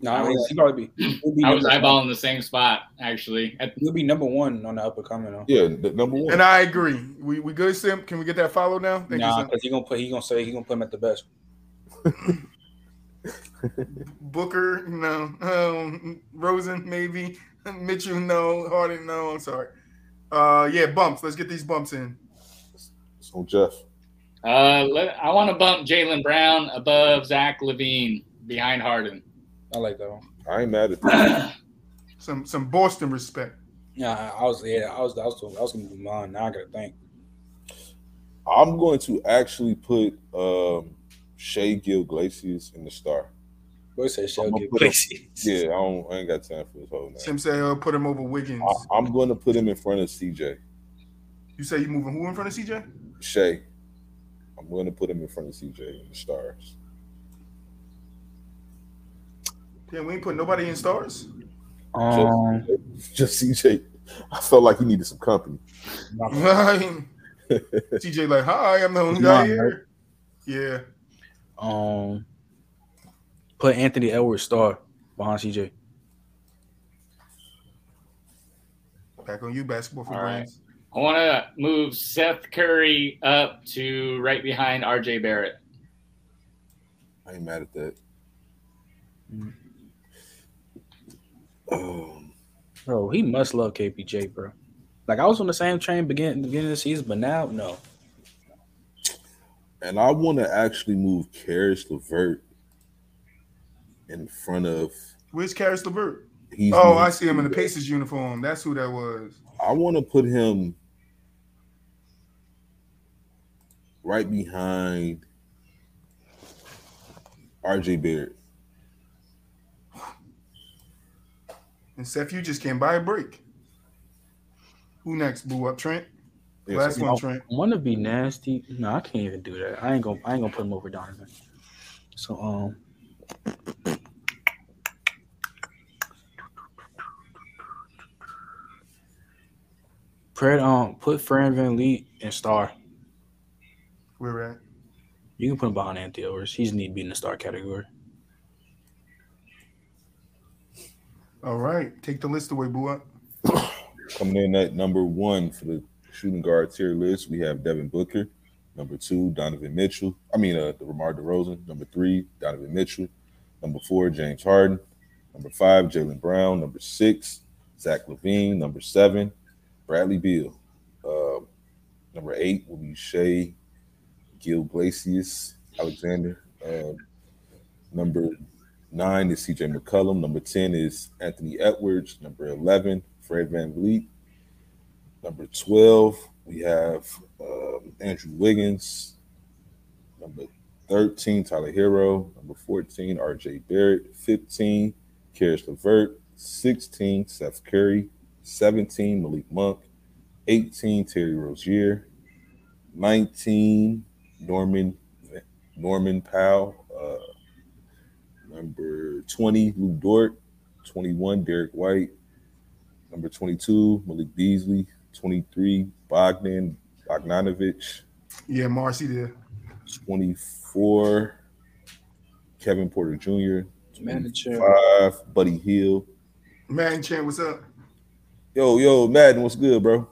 No, I mean, he probably be. He'll be,
I was
number, one.
eyeballing the same spot actually. At-
he'll be number one on the upper coming though.
Yeah, the number one.
And I agree. We we good, Simp. Can we get that follow now? Thank
Nah,
you, Simp.
because he gonna put he gonna say he gonna put him at the best.
Booker, no. Um, Rosen, maybe. Mitchell, no. Harden, no. I'm sorry. Uh, yeah, bumps. Let's get these bumps in.
So Jeff.
uh, let, I want to bump Jalen Brown above Zach Levine behind Harden.
I like that one.
I ain't mad at that.
Some some Boston respect.
Yeah, I, I was yeah, I was I was I was gonna do mine. Now I gotta think.
I'm going to actually put um Shea Gill Glacius in the star.
Boy said Shell
I'm gonna
get
put him-
places.
Yeah, I don't I ain't got time for this whole night.
Simp said he'll put him over Wiggins.
I, I'm gonna put him in front of CJ.
You say you moving who in front of CJ?
Shea. I'm gonna put him in front of CJ in the stars.
Damn, we ain't put nobody in stars.
Um,
Just CJ. I felt like he needed some company.
nah,
CJ like, hi, I'm the only guy here. Yeah.
um, put Anthony Edwards star behind CJ.
Back on you, basketball for
All right.
brains.
I want to move Seth Curry up to right behind RJ Barrett.
I ain't mad at that.
Mm.
Um,
Bro, he must love KPJ, bro. Like I was on the same train begin beginning of the season, but now no.
and I want to actually move Karis Levert in front of.
Where's Karis LeVert?
He's
Oh, I see him in the Pacers uniform. That's who that was.
I want to put him right behind RJ Barrett.
And Seth, you just can't buy a break. Who next? Boo up Trent.
Yes,
Last one,
I'll-
Trent.
Want to be nasty? No, I can't even do that. I ain't gonna I ain't gonna put him over Donovan. So um, Fred um put Fran Van Lee and Star.
We're at.
You can put him behind Anthony Edwards. He's need to be in the star category.
All right. Take the list away, Boo up.
Coming in at number one for the shooting guard tier list, we have Devin Booker. Number two, Donovan Mitchell. I mean, uh, DeMar DeRozan. Number three, Donovan Mitchell. Number four, James Harden. Number five, Jalen Brown. Number six, Zach Levine. Number seven, Bradley Beal. Um, number eight will be Shea Gil Glacius Alexander. Um, number nine is CJ McCullum. Number 10 is Anthony Edwards. Number 11, Fred Van Vliet. Number 12, we have um, Andrew Wiggins. Number 13, Tyler Hero. Number 14, RJ Barrett. 15, Karis LeVert. 16, Seth Curry. 17, Malik Monk. 18, Terry Rozier. 19, Norman Norman Powell. Uh, Number 20, Lou Dort. 21, Derek White. Number 22, Malik Beasley. 23, Bogdan Bogdanovich.
Yeah, Marcy there.
24, Kevin Porter Jr.
Manager.
25, Buddy Hill.
Man, Chan, what's up?
Yo, yo, Madden, what's good, bro?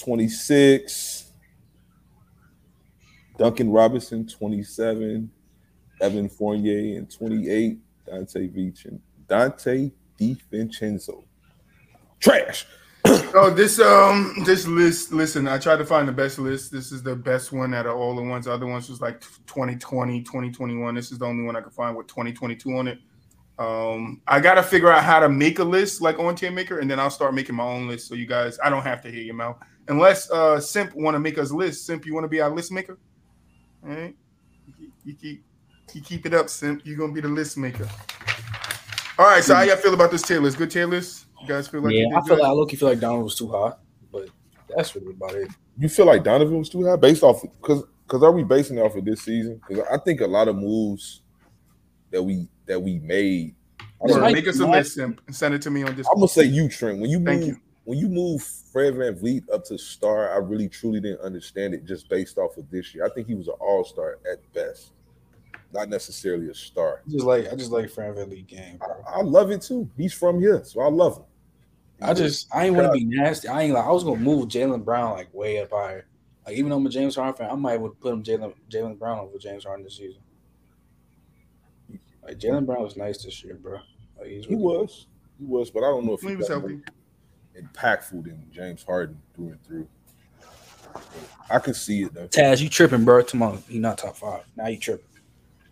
26, Duncan Robinson. 27, Evan Fournier. And 28, Dante, Vicen- Dante DiVincenzo. Trash.
No, Oh, this um this list. Listen, I tried to find the best list. This is the best one out of all the ones. The other ones was like 2020, 2021. This is the only one I could find with 2022 on it. Um, I gotta figure out how to make a list like on Team Maker, and then I'll start making my own list. So you guys, I don't have to hear your mouth unless uh Simp want to make us list. Simp, you want to be our list maker? All right, you keep, you keep you keep it up, Simp. You're gonna be the list maker. All right, so how y'all feel about this tier list? Good tier list? You guys feel like
yeah,
you did
I feel
good?
like I look. You feel like Donald was too high, but that's really about it.
You feel like Donovan was too high based off because because are we basing it off of this season? Because I think a lot of moves that we that we made.
All right,
Mike-
make us a
Mike-
list, Simp, and send it to me on this.
I'm gonna say you, Trent. When you move,
Thank you.
when you move Fred Van Vliet up to star, I really truly didn't understand it just based off of this year. I think he was an all star at best, not necessarily a star.
I just like I just like Fran League game. Bro.
I, I love it too. He's from here, so I love him.
I just I ain't want to be nasty. I ain't like I was gonna move Jalen Brown like way up higher. Like even though I'm a James Harden fan, I might would put him Jalen Jalen Brown over James Harden this season. Like Jalen Brown was nice this year, bro. Like, he's
he
really-
was, he was, but I don't know if
He was
got
healthy.
more impactful than James Harden through and through. I could see it though.
Taz, you tripping, bro? Tomorrow he not top five. Now you tripping.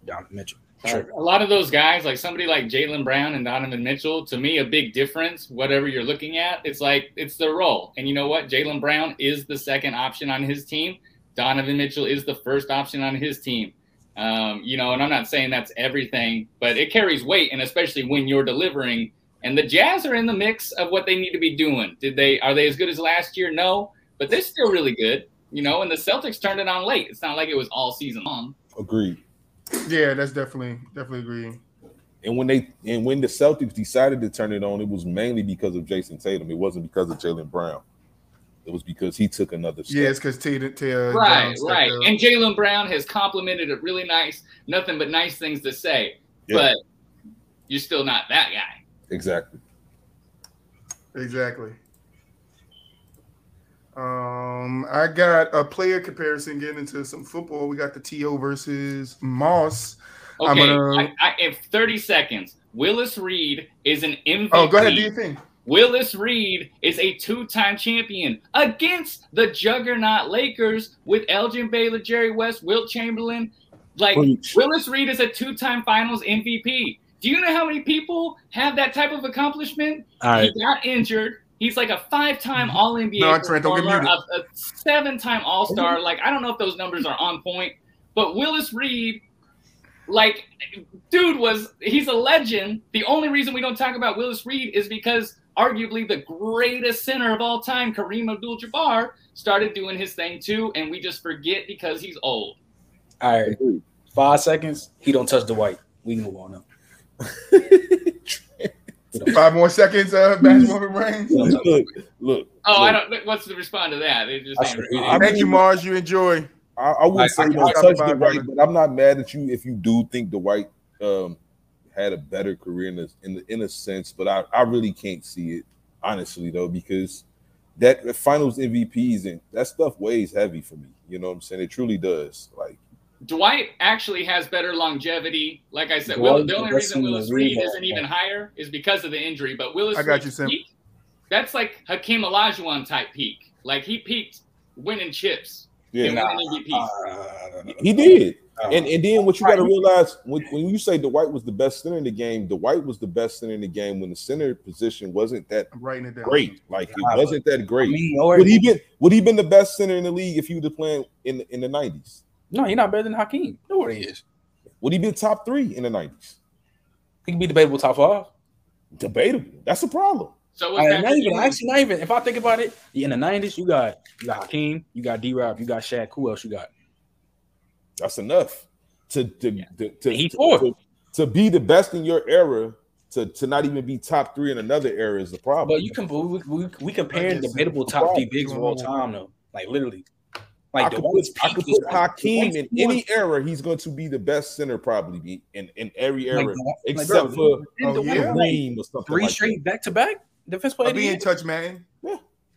Donovan Mitchell. Tripping.
A lot of those guys, like somebody like Jalen Brown and Donovan Mitchell, to me, a big difference, whatever you're looking at, it's like it's their role. And you know what? Jalen Brown is the second option on his team. Donovan Mitchell is the first option on his team. Um, you know, and I'm not saying that's everything, but it carries weight, and especially when you're delivering. And the Jazz are in the mix of what they need to be doing. Did they are they as good as last year? No, but they're still really good. You know, and the Celtics turned it on late. It's not like it was all season long.
Agreed.
Yeah, that's definitely definitely agreeing.
And when they and when the Celtics decided to turn it on, it was mainly because of Jason Tatum. It wasn't because of Jalen Brown. It was because he took another step.
Yeah, it's because Tatum, Tatum,
Right,
Brown stepped
right.
up.
And Jalen Brown has complimented it really nice. Nothing but nice things to say.
Yeah.
But you're still not that guy.
Exactly.
Exactly. Um, I got a player comparison getting into some football. We got the TO versus Moss. I'm
Okay,
gonna-
I, I, if 30 seconds, Willis Reed is an MVP.
Oh, go ahead, do your thing.
Willis Reed is a two-time champion against the juggernaut Lakers with Elgin Baylor, Jerry West, Wilt Chamberlain. Like
Preach.
Willis Reed is a two-time Finals MVP. Do you know how many people have that type of accomplishment?
All right.
He got injured. He's like a five-time All
Mm-hmm.
NBA
No, Trent, don't get
performer,
muted. Mm-hmm.
a, a seven-time All Star. Like I don't know if those numbers are on point, but Willis Reed, like, dude was he's a legend. The only reason we don't talk about Willis Reed is because arguably the greatest center of all time, Kareem Abdul-Jabbar, started doing his thing too, and we just forget because he's old.
All right.
Agreed.
Five seconds. He don't touch the white. We can move on now.
Five more seconds, uh, basketball brains.
look, look.
Oh, I
look,
don't. What's the respond to that? They just-
I swear, it-
I
Thank you,
mean-
Mars. You enjoy.
I, I wouldn't
I-
say
I-
you don't
I-
touch
I-
the right, but I'm not mad at you if you do think Dwight um, had a better career in the, in, the, in a sense. But I, I really can't see it honestly though because that the Finals MVPs and that stuff weighs heavy for me. You know what I'm saying? It truly does. Like
Dwight actually has better longevity. Like I said,
Dwight
Will, the only
West
reason
in the
Willis Reed
rehab
isn't even
home.
higher is because of the injury. But Willis
I got
Reed's
you, Sim.
peak, that's like Hakeem Olajuwon type peak. Like he peaked winning chips
yeah,
and
nah,
winning MVPs.
Uh,
he did.
uh,
And and then what you got to
Right.
realize when, when you say Dwight was the best center in the game, Dwight was the best center in the game when the center position wasn't that
I'm writing it down.
great. Like
Nah,
it wasn't that
I
great.
mean, or-
Would he been would he been the best center in the league if he was playing in in the nineties?
no, he's not better than Hakeem. No, what he is.
Would he been top three in the nineties?
He can be debatable top five.
Debatable. That's a problem.
So
I,
what's
not
that?
even actually not even. If I think about it, yeah, in the nineties, you got you got Hakeem, you got D Rob, you got Shaq. Who else you got?
That's enough to to to, to,
He
to-
fourth.
to- to be the best in your era. To, to not even be top three in another era is the problem.
But you can we we, we compared
I guess-
debatable top three bigs of all time though. Like literally,
I
like
could, put,
Dwight's
I
peak
could
was
put
like-
Hakeem in
Dwight's
any era. He's going to be the best center probably be in, in every
Like,
era
Dwight-
except
bro,
for
Oh,
Dwight
yeah.
had, like,
Kareem or something
three
like
straight back to back defense player.
I'll
of the
be in
year.
touch, man.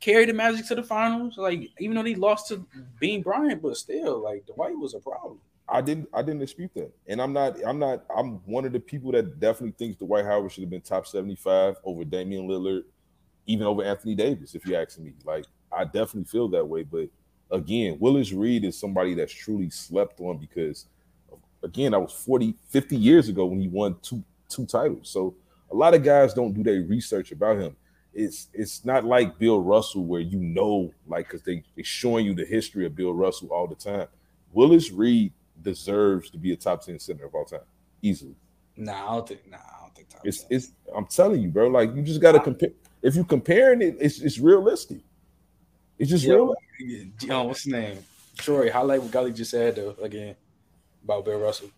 Carried the Magic to the finals. Like even though they lost to Bean Bryant, but still, like Dwight was a problem.
that. I didn't I didn't dispute that, and I'm not I'm not I'm one of the people that definitely thinks Dwight Howard should have been top 75 over Damian Lillard even over Anthony Davis, if you ask me. Like, I definitely feel that way. But again, Willis Reed is somebody that's truly slept on because, again, I was 40, 50 years ago when he won two two titles. So a lot of guys don't do their research about him. It's it's not like Bill Russell where you know, like, because they they showing you the history of Bill Russell all the time. Willis Reed deserves to be a top ten center of all time, easily.
Nah, I don't think. Nah, I don't think. Tom
It's
Brady.
it's I'm telling you, bro. Like you just gotta compare. If you're comparing it, it's it's realistic. It's just
Yeah.
real.
Yeah, oh, what's his name? Troy, highlight what Golly just said though, again about Bill Russell.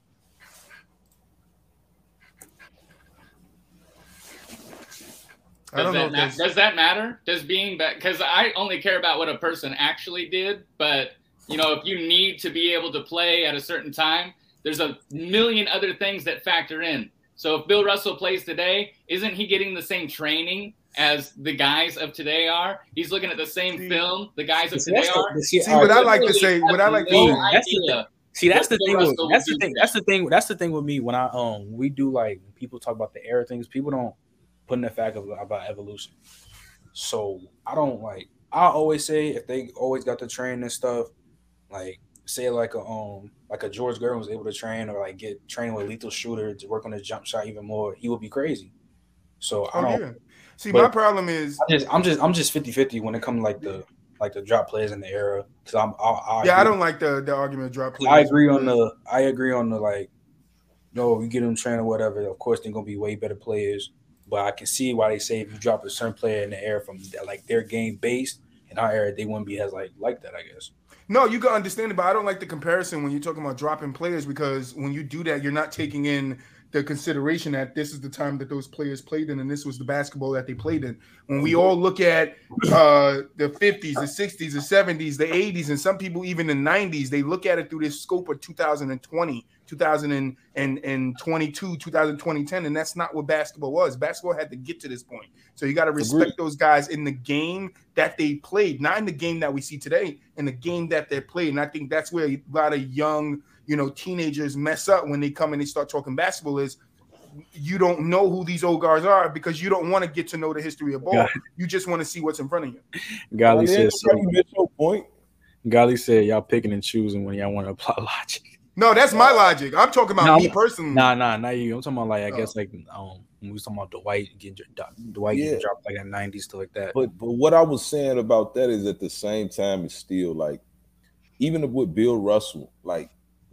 I
Does
don't know.
that,
If
ma-
that's,
does that matter? Does being back? Because I only care about what a person actually did. But you know, if you need to be able to play at a certain time, there's a million other things that factor in. So if Bill Russell plays today, isn't he getting the same training as the guys of today are? He's looking at the same
See-
film the guys of
See,
today
that's
are.
the, see,
See,
all
what
right,
I like to say- what I like to
no
say- That's the
idea.
see, that's the
Bill
thing. With,
Russell
that's
would
the
do
thing.
that.
That's the thing. That's the thing with me when I um we do like when people talk about the air things. People don't put in the fact of, about evolution. So I don't like. I always say if they always got to train and stuff, like say like a um like a George Gervin was able to train or like get trained with lethal shooter to work on his jump shot even more, he would be crazy. So I
oh,
don't.
yeah. See,
but-
my problem is,
I just, I'm just, I'm just 50 50 when it comes like the like the drop players in the era. Cause I'm, I, I
yeah, I
agree-
don't like the the argument of drop.
I
players.
agree on the, I agree on the like, no, you get them trained or whatever. Of course, they're gonna be way better players, but I can see why they say if you drop a certain player in the air from like their game based in our era, they wouldn't be as like like that. I guess.
No, you can understand it, but I don't like the comparison when you're talking about dropping players because when you do that, you're not taking in the consideration that this is the time that those players played in and this was the basketball that they played in. When we all look at uh, the 50s, the 60s, the 70s, the 80s, and some people even the 90s, they look at it through this scope of 2020, 2022, 2010, and that's not what basketball was. Basketball had to get to this point. So you got to respect
Agreed.
those guys in the game that they played, not in the game that we see today, in the game that they played. And I think that's where a lot of young, you know, teenagers mess up when they come and they start talking basketball is you don't know who these old guys are because you don't want to get to know the history of ball.
Got
You just want to see what's in front of you.
Well, yeah, bro, you get your point.
Golly said, y'all picking and choosing when y'all want to apply logic.
No, that's my logic. I'm talking about
No,
me personally.
Nah, nah, not you. I'm talking about like I
Oh.
guess like um when we was talking about Dwight getting dr- Do- Dwight
Yeah.
getting dropped like in the '90s stuff like that.
But but what I was saying about that is at the same time it's still like even with Bill Russell, like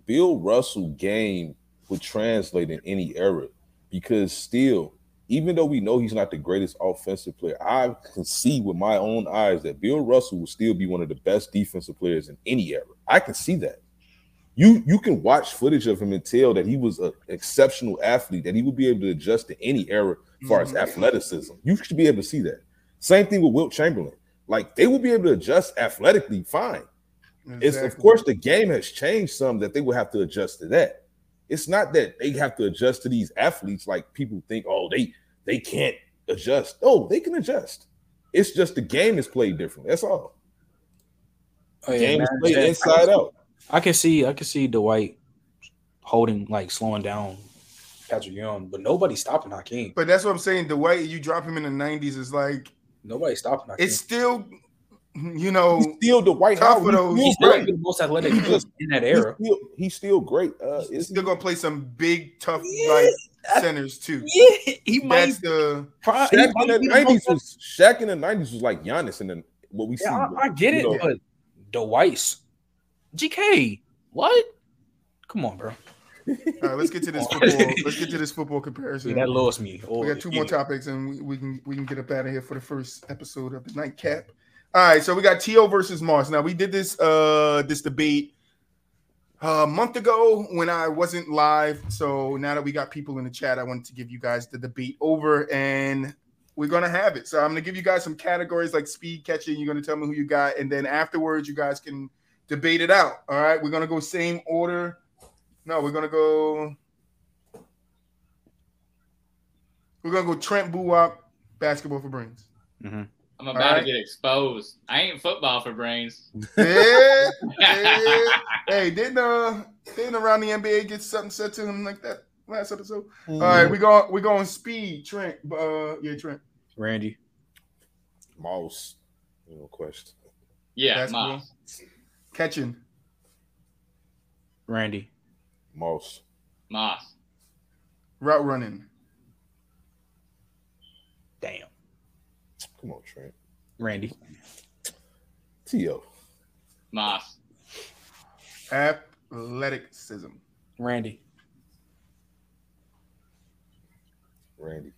Bill Russell game would translate in any era because still, even though we know he's not the greatest offensive player, I can see with my own eyes that Bill Russell will still be one of the best defensive players in any era. I can see that. You you can watch footage of him and tell that he was an exceptional athlete, that he would be able to adjust to any era as far as
Mhm.
athleticism. You should be able to see that. Same thing with Wilt Chamberlain. Like they would be able to adjust athletically fine. It's of
Exactly.
course the game has changed some that they will have to adjust to that. It's not that they have to adjust to these athletes like people think. Oh, they they can't adjust. Oh, they can adjust. It's just the game is played differently. That's all.
Oh, yeah,
Game is
Madden
played
Jack-
inside out.
I can see, I can see Dwight holding like slowing down Patrick Young, but nobody's stopping Hakeem.
But that's what I'm saying. The way you drop him in the 90s is like,
Nobody's stopping Hakeem.
it's still, you
He's
know,
still the White
Tough
House.
for those-
he's
He's
still
still,
right.
the most athletic
He's just-
in that
he's
era.
still, he's still great. Uh,
he's
it's,
still going to play some big, tough,
Yeah,
like centers too.
Yeah, he
That's the.
pro- he
Shaq in
might
the
be the most-
nineties was Shaq in the nineties was like Giannis in the what we
Yeah,
see.
I, I get it,
you know.
but Dwight's GK, what? Come on, bro.
All right, let's get to this football. let's get to this football comparison.
Yeah, that lost me. Oh,
We got two
yeah.
more topics, and we, we can we can get up out of here for the first episode of the nightcap. All right, so we got To versus Mars. Now we did this uh this debate a month ago when I wasn't live. So now that we got people in the chat, I wanted to give you guys the debate over, and we're gonna have it. So I'm gonna give you guys some categories like speed catching. You're gonna tell me who you got, and then afterwards you guys can debate it out. All right, we're gonna go same order. No, we're gonna go. We're gonna go Trent Buwap basketball for brains.
I'm about
All right.
to get exposed. I ain't football for brains.
Yeah, yeah. Hey, didn't uh, didn't around the NBA get something said to him like that last episode? All right, we go. We're going speed, Trent. Uh, yeah, Trent.
Randy.
Moss, no question.
Yeah,
That's
Moss.
Catching.
Randy.
Moss,
Moss.
Route running.
Damn.
come on, Trent.
Randy.
To
Moss.
Athleticism.
Randy.
Randy,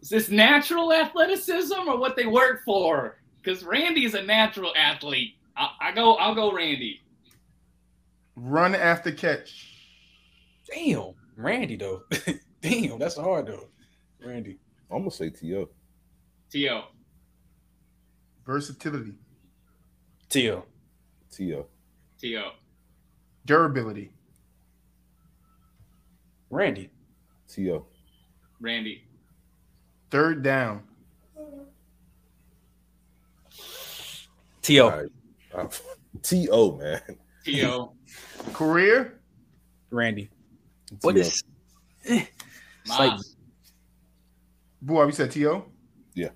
Is this natural athleticism or what they work for? Because Randy's a natural athlete. I, I go, I'll go Randy.
Run after catch.
Damn. Randy though. Damn, that's hard though. Randy.
I'm gonna say To.
To
Versatility.
Tio.
To.
to
Durability.
Randy.
To.
Randy.
Third down.
Tio.
All right. Uh, To man.
To
Career.
Randy.
T.O..
Moss.
eh, like-
Boy, we said T.O.
Yeah.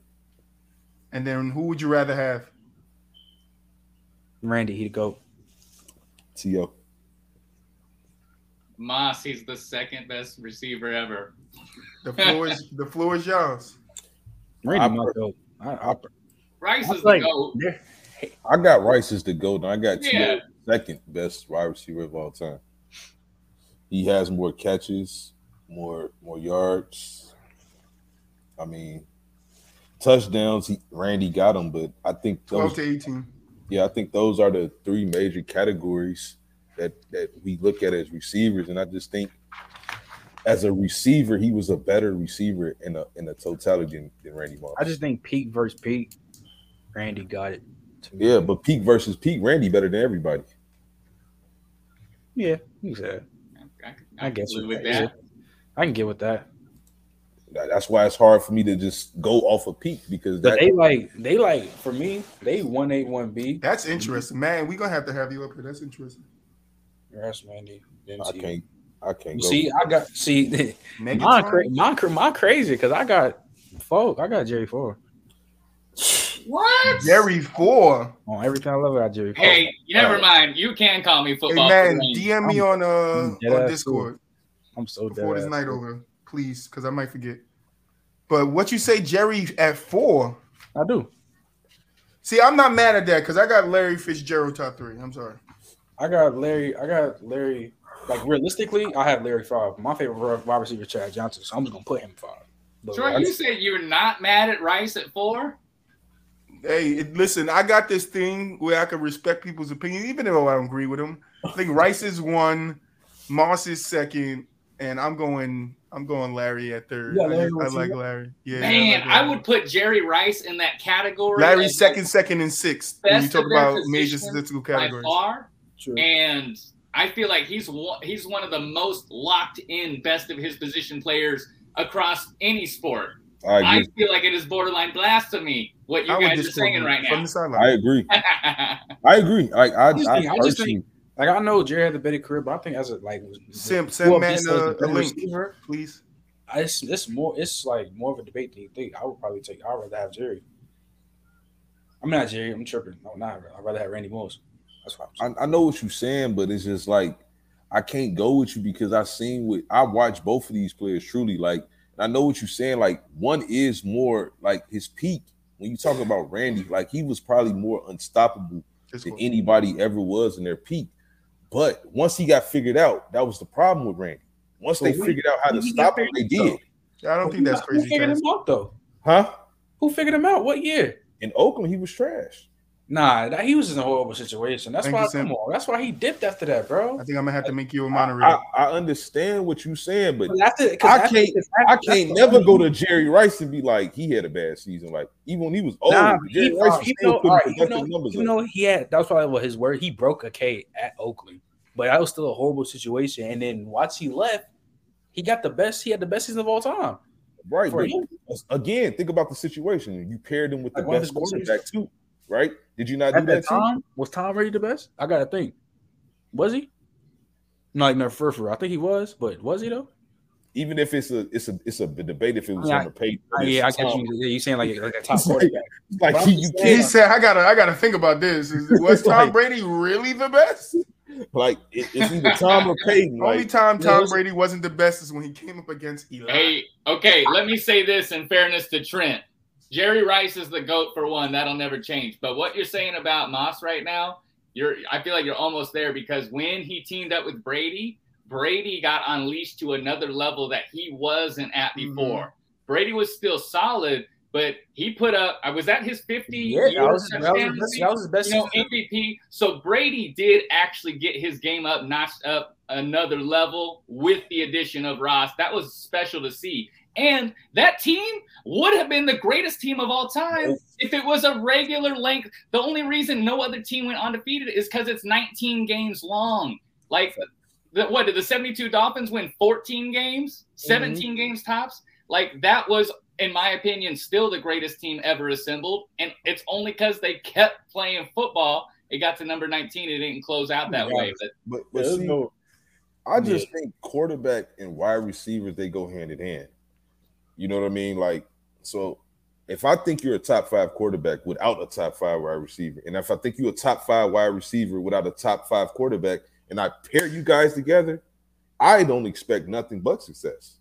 And then who would you rather have?
Randy, he go.
To.
Moss. He's the second best receiver ever.
The floor is the floor is yours.
Randy
I-
my goat. I, I,
Rice
I
is
like-
the goat.
I got Rice as the goat, and I got T.O.
Yeah.
second best wide receiver of all time. He has more catches, more more yards. I mean, touchdowns. He, Randy got them, but I think
Twelve
those
to eighteen.
yeah, I think those are the three major categories that that we look at as receivers, and I just think as a receiver, he was a better receiver in a in a totality than, than Randy Moss.
I just think peak versus peak. Randy got it.
yeah, but peak versus peak, Randy better than everybody.
Yeah, exactly.
I, can-
I
I
guess
guess
you-
live with
yeah.
that.
I can get with that.
That- That's why it's hard for me to just go off a peak because
But
that
they like they like for me, they one eight one B.
That's interesting. Man, we're gonna have to have you up here. That's interesting.
That's Randy. Then
I
T.
can't I can't
You
go.
see, I got see
Megatron?
mine, cra- mine, cra- mine crazy because I got folk, I got Jerry Four.
What?
Jerry four.
On everything I love about Jerry Four.
Hey, you never
Oh.
mind. You can call me
Hey
football.
man,
Kareem.
DM me on uh
I'm dead
on
ass
Discord
I'm so dead.
before this
ass.
night over, please, because I might forget. But what you say, Jerry at four?
I do.
See, I'm not mad at that because I got Larry Fitzgerald top three. I'm sorry.
I got Larry. I got Larry. Like realistically, I have Larry five. My favorite ro- wide receiver is Chad Johnson, so I'm just gonna put him five. But
Troy,
I-
you said you're not mad at Rice at four.
Hey, it- listen, I got this thing where I can respect people's opinion, even though I don't agree with them. I think Rice is one, Moss is second, and I'm going. I'm going Larry at third.
Yeah,
I,
Larry
just- I
on
like
two.
Larry. Yeah,
Man,
like
I
Larry.
would put Jerry Rice in that category.
Larry's
as
second, second, and sixth. When you
Best
talk
of their
about major
position
statistical
by
categories.
far,
True.
and I feel like he's one, he's one of the most locked in best of his position players across any sport.
I
I
agree.
feel like it is borderline blasphemy what you
I would
guys are
just
saying right
from
now.
the sideline.
I agree. I agree. I I, I,
just think- I just
personally-
Like I know Jerry had the better career, but I think as a like
Sim,
who
send
of
Madden
these
a,
is the
a
better
link,
receiver,
please.
I- it's it's more it's like more of a debate than you think. I would probably take. I'd rather have Jerry. I'm not Jerry. I'm tripping. No, not. I'd rather have Randy Moss. That's what I'm saying.
I, I know what you're saying, but it's just like I can't go with you because I seen with I watched both of these players truly. Like I know what you're saying. Like one is more like his peak when you talk about Randy. Like he was probably more unstoppable
Just
than
go.
anybody ever was in their peak. But once he got figured out, that was the problem with Randy. Once they
But who-
figured out how to
who he
stop
got
him, they
figured out,
did,
I don't think that's
Who
crazy.
figured
Travis.
him out though?
huh?
Who figured him out? What year?
In Oakland, he was trash.
Nah, that, he was in a horrible situation. That's
Thank
why.
you, Sim.
Come on. That's why he dipped after that,
I
bro.
think I'm gonna have to make you a
I,
moderator.
I, I understand what you're saying, but
But after- 'cause
I
after-
can't-
'cause
I
after-
can't
that's the-
never go to Jerry Rice and be like he had a bad season. Like even when he was old,
Nah,
Jerry
he,
Rice
uh,
was
even
still
though,
putting
all right, even
productive
though,
numbers
even
up.
though he had that's probably what his word. He broke a K at Oakland, but that was still a horrible situation. And then once he left, he got the best. He had the best season of all time.
right?
For
but
him,
Again, think about the situation. You paired him with the
Like, one of
best
his best
quarterback too, right? Did you not do
at
that
that
too?
time, was Tom Brady the best? I gotta think. Was he? Not in the first round. I think he was, but was he though?
even if it's a it's a it's a debate if it was
Yeah,
on the paper.
yeah, I get you. Yeah, you saying like, like a top
It's like,
quarterback.
like,
But I'm
you
just
He
can't
said, "I gotta, I gotta think about this. Is, was Tom
Like-
Brady really the best?
like it, it's either Tom or Peyton.
Only
Like,
time Tom
listen-
Brady wasn't the best is when he came up against Eli.
Hey, okay, let me say this in fairness to Trent. Jerry Rice is the GOAT for one. That'll never change. But what you're saying about Moss right now, you're I feel like you're almost there because when he teamed up with Brady, Brady got unleashed to another level that he wasn't at
Mm-hmm.
before. Brady was still solid, but he put up I was that his 50
Yeah, that
yard
was, that, was his
touchdown
best, that was his best.
you know, MVP. So Brady did actually get his game up, notched up another level with the addition of Ross. That was special to see. And that team would have been the greatest team of all time if it was a regular length. The only reason no other team went undefeated is because it's 19 games long. Like, the, what did the 72 Dolphins win 14 games,
Mm-hmm.
17 games tops? Like, that was in my opinion, still the greatest team ever assembled. And it's only because they kept playing football. It got to number 19. It didn't close out that way. But
but, but
Yeah,
see,
no-
I just think quarterback and wide receivers they go hand in hand. You know what I mean? Like, so if I think you're a top five quarterback without a top five wide receiver, and if I think you're a top five wide receiver without a top five quarterback, and I pair you guys together, I don't expect nothing but success.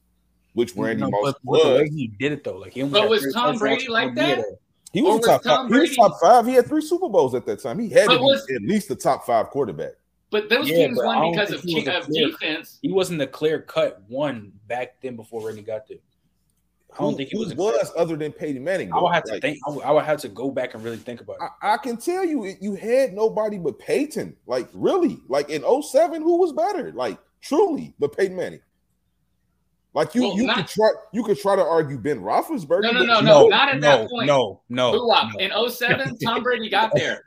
Which Randy
no,
Moss
but, but the way
was.
he did it though, like he almost
But
had
was
three
Tom
touchdowns
Brady
in
like
one
that?
year.
He was,
Or was
top
Tom
five. He was
Brady-
top five. He had three Super Bowls at that time. He had
But
to be
was-
at least the top five quarterback.
but those
Yeah,
teams
but I
won
don't
because
think
of,
he was
team-
a
of
player.
defense.
He wasn't the clear cut one back then before Randy got there. I don't
Who-
think he
who
was a-
was other than Peyton Manning.
I would
though?
have to
Like,
think. I would, I would have to go back and really think about it.
I, I can tell you, it- you had nobody but Peyton. Like, really? Like in 07, who was better? Like, truly, but Peyton Manning. Like you,
Well,
you
not-
could try, you could try to argue Ben Roethlisberger.
No, no,
but
no,
you-
no. not at that point.
No,
Oh,
no,
Blew up.
no.
In 07, Tom Brady got there.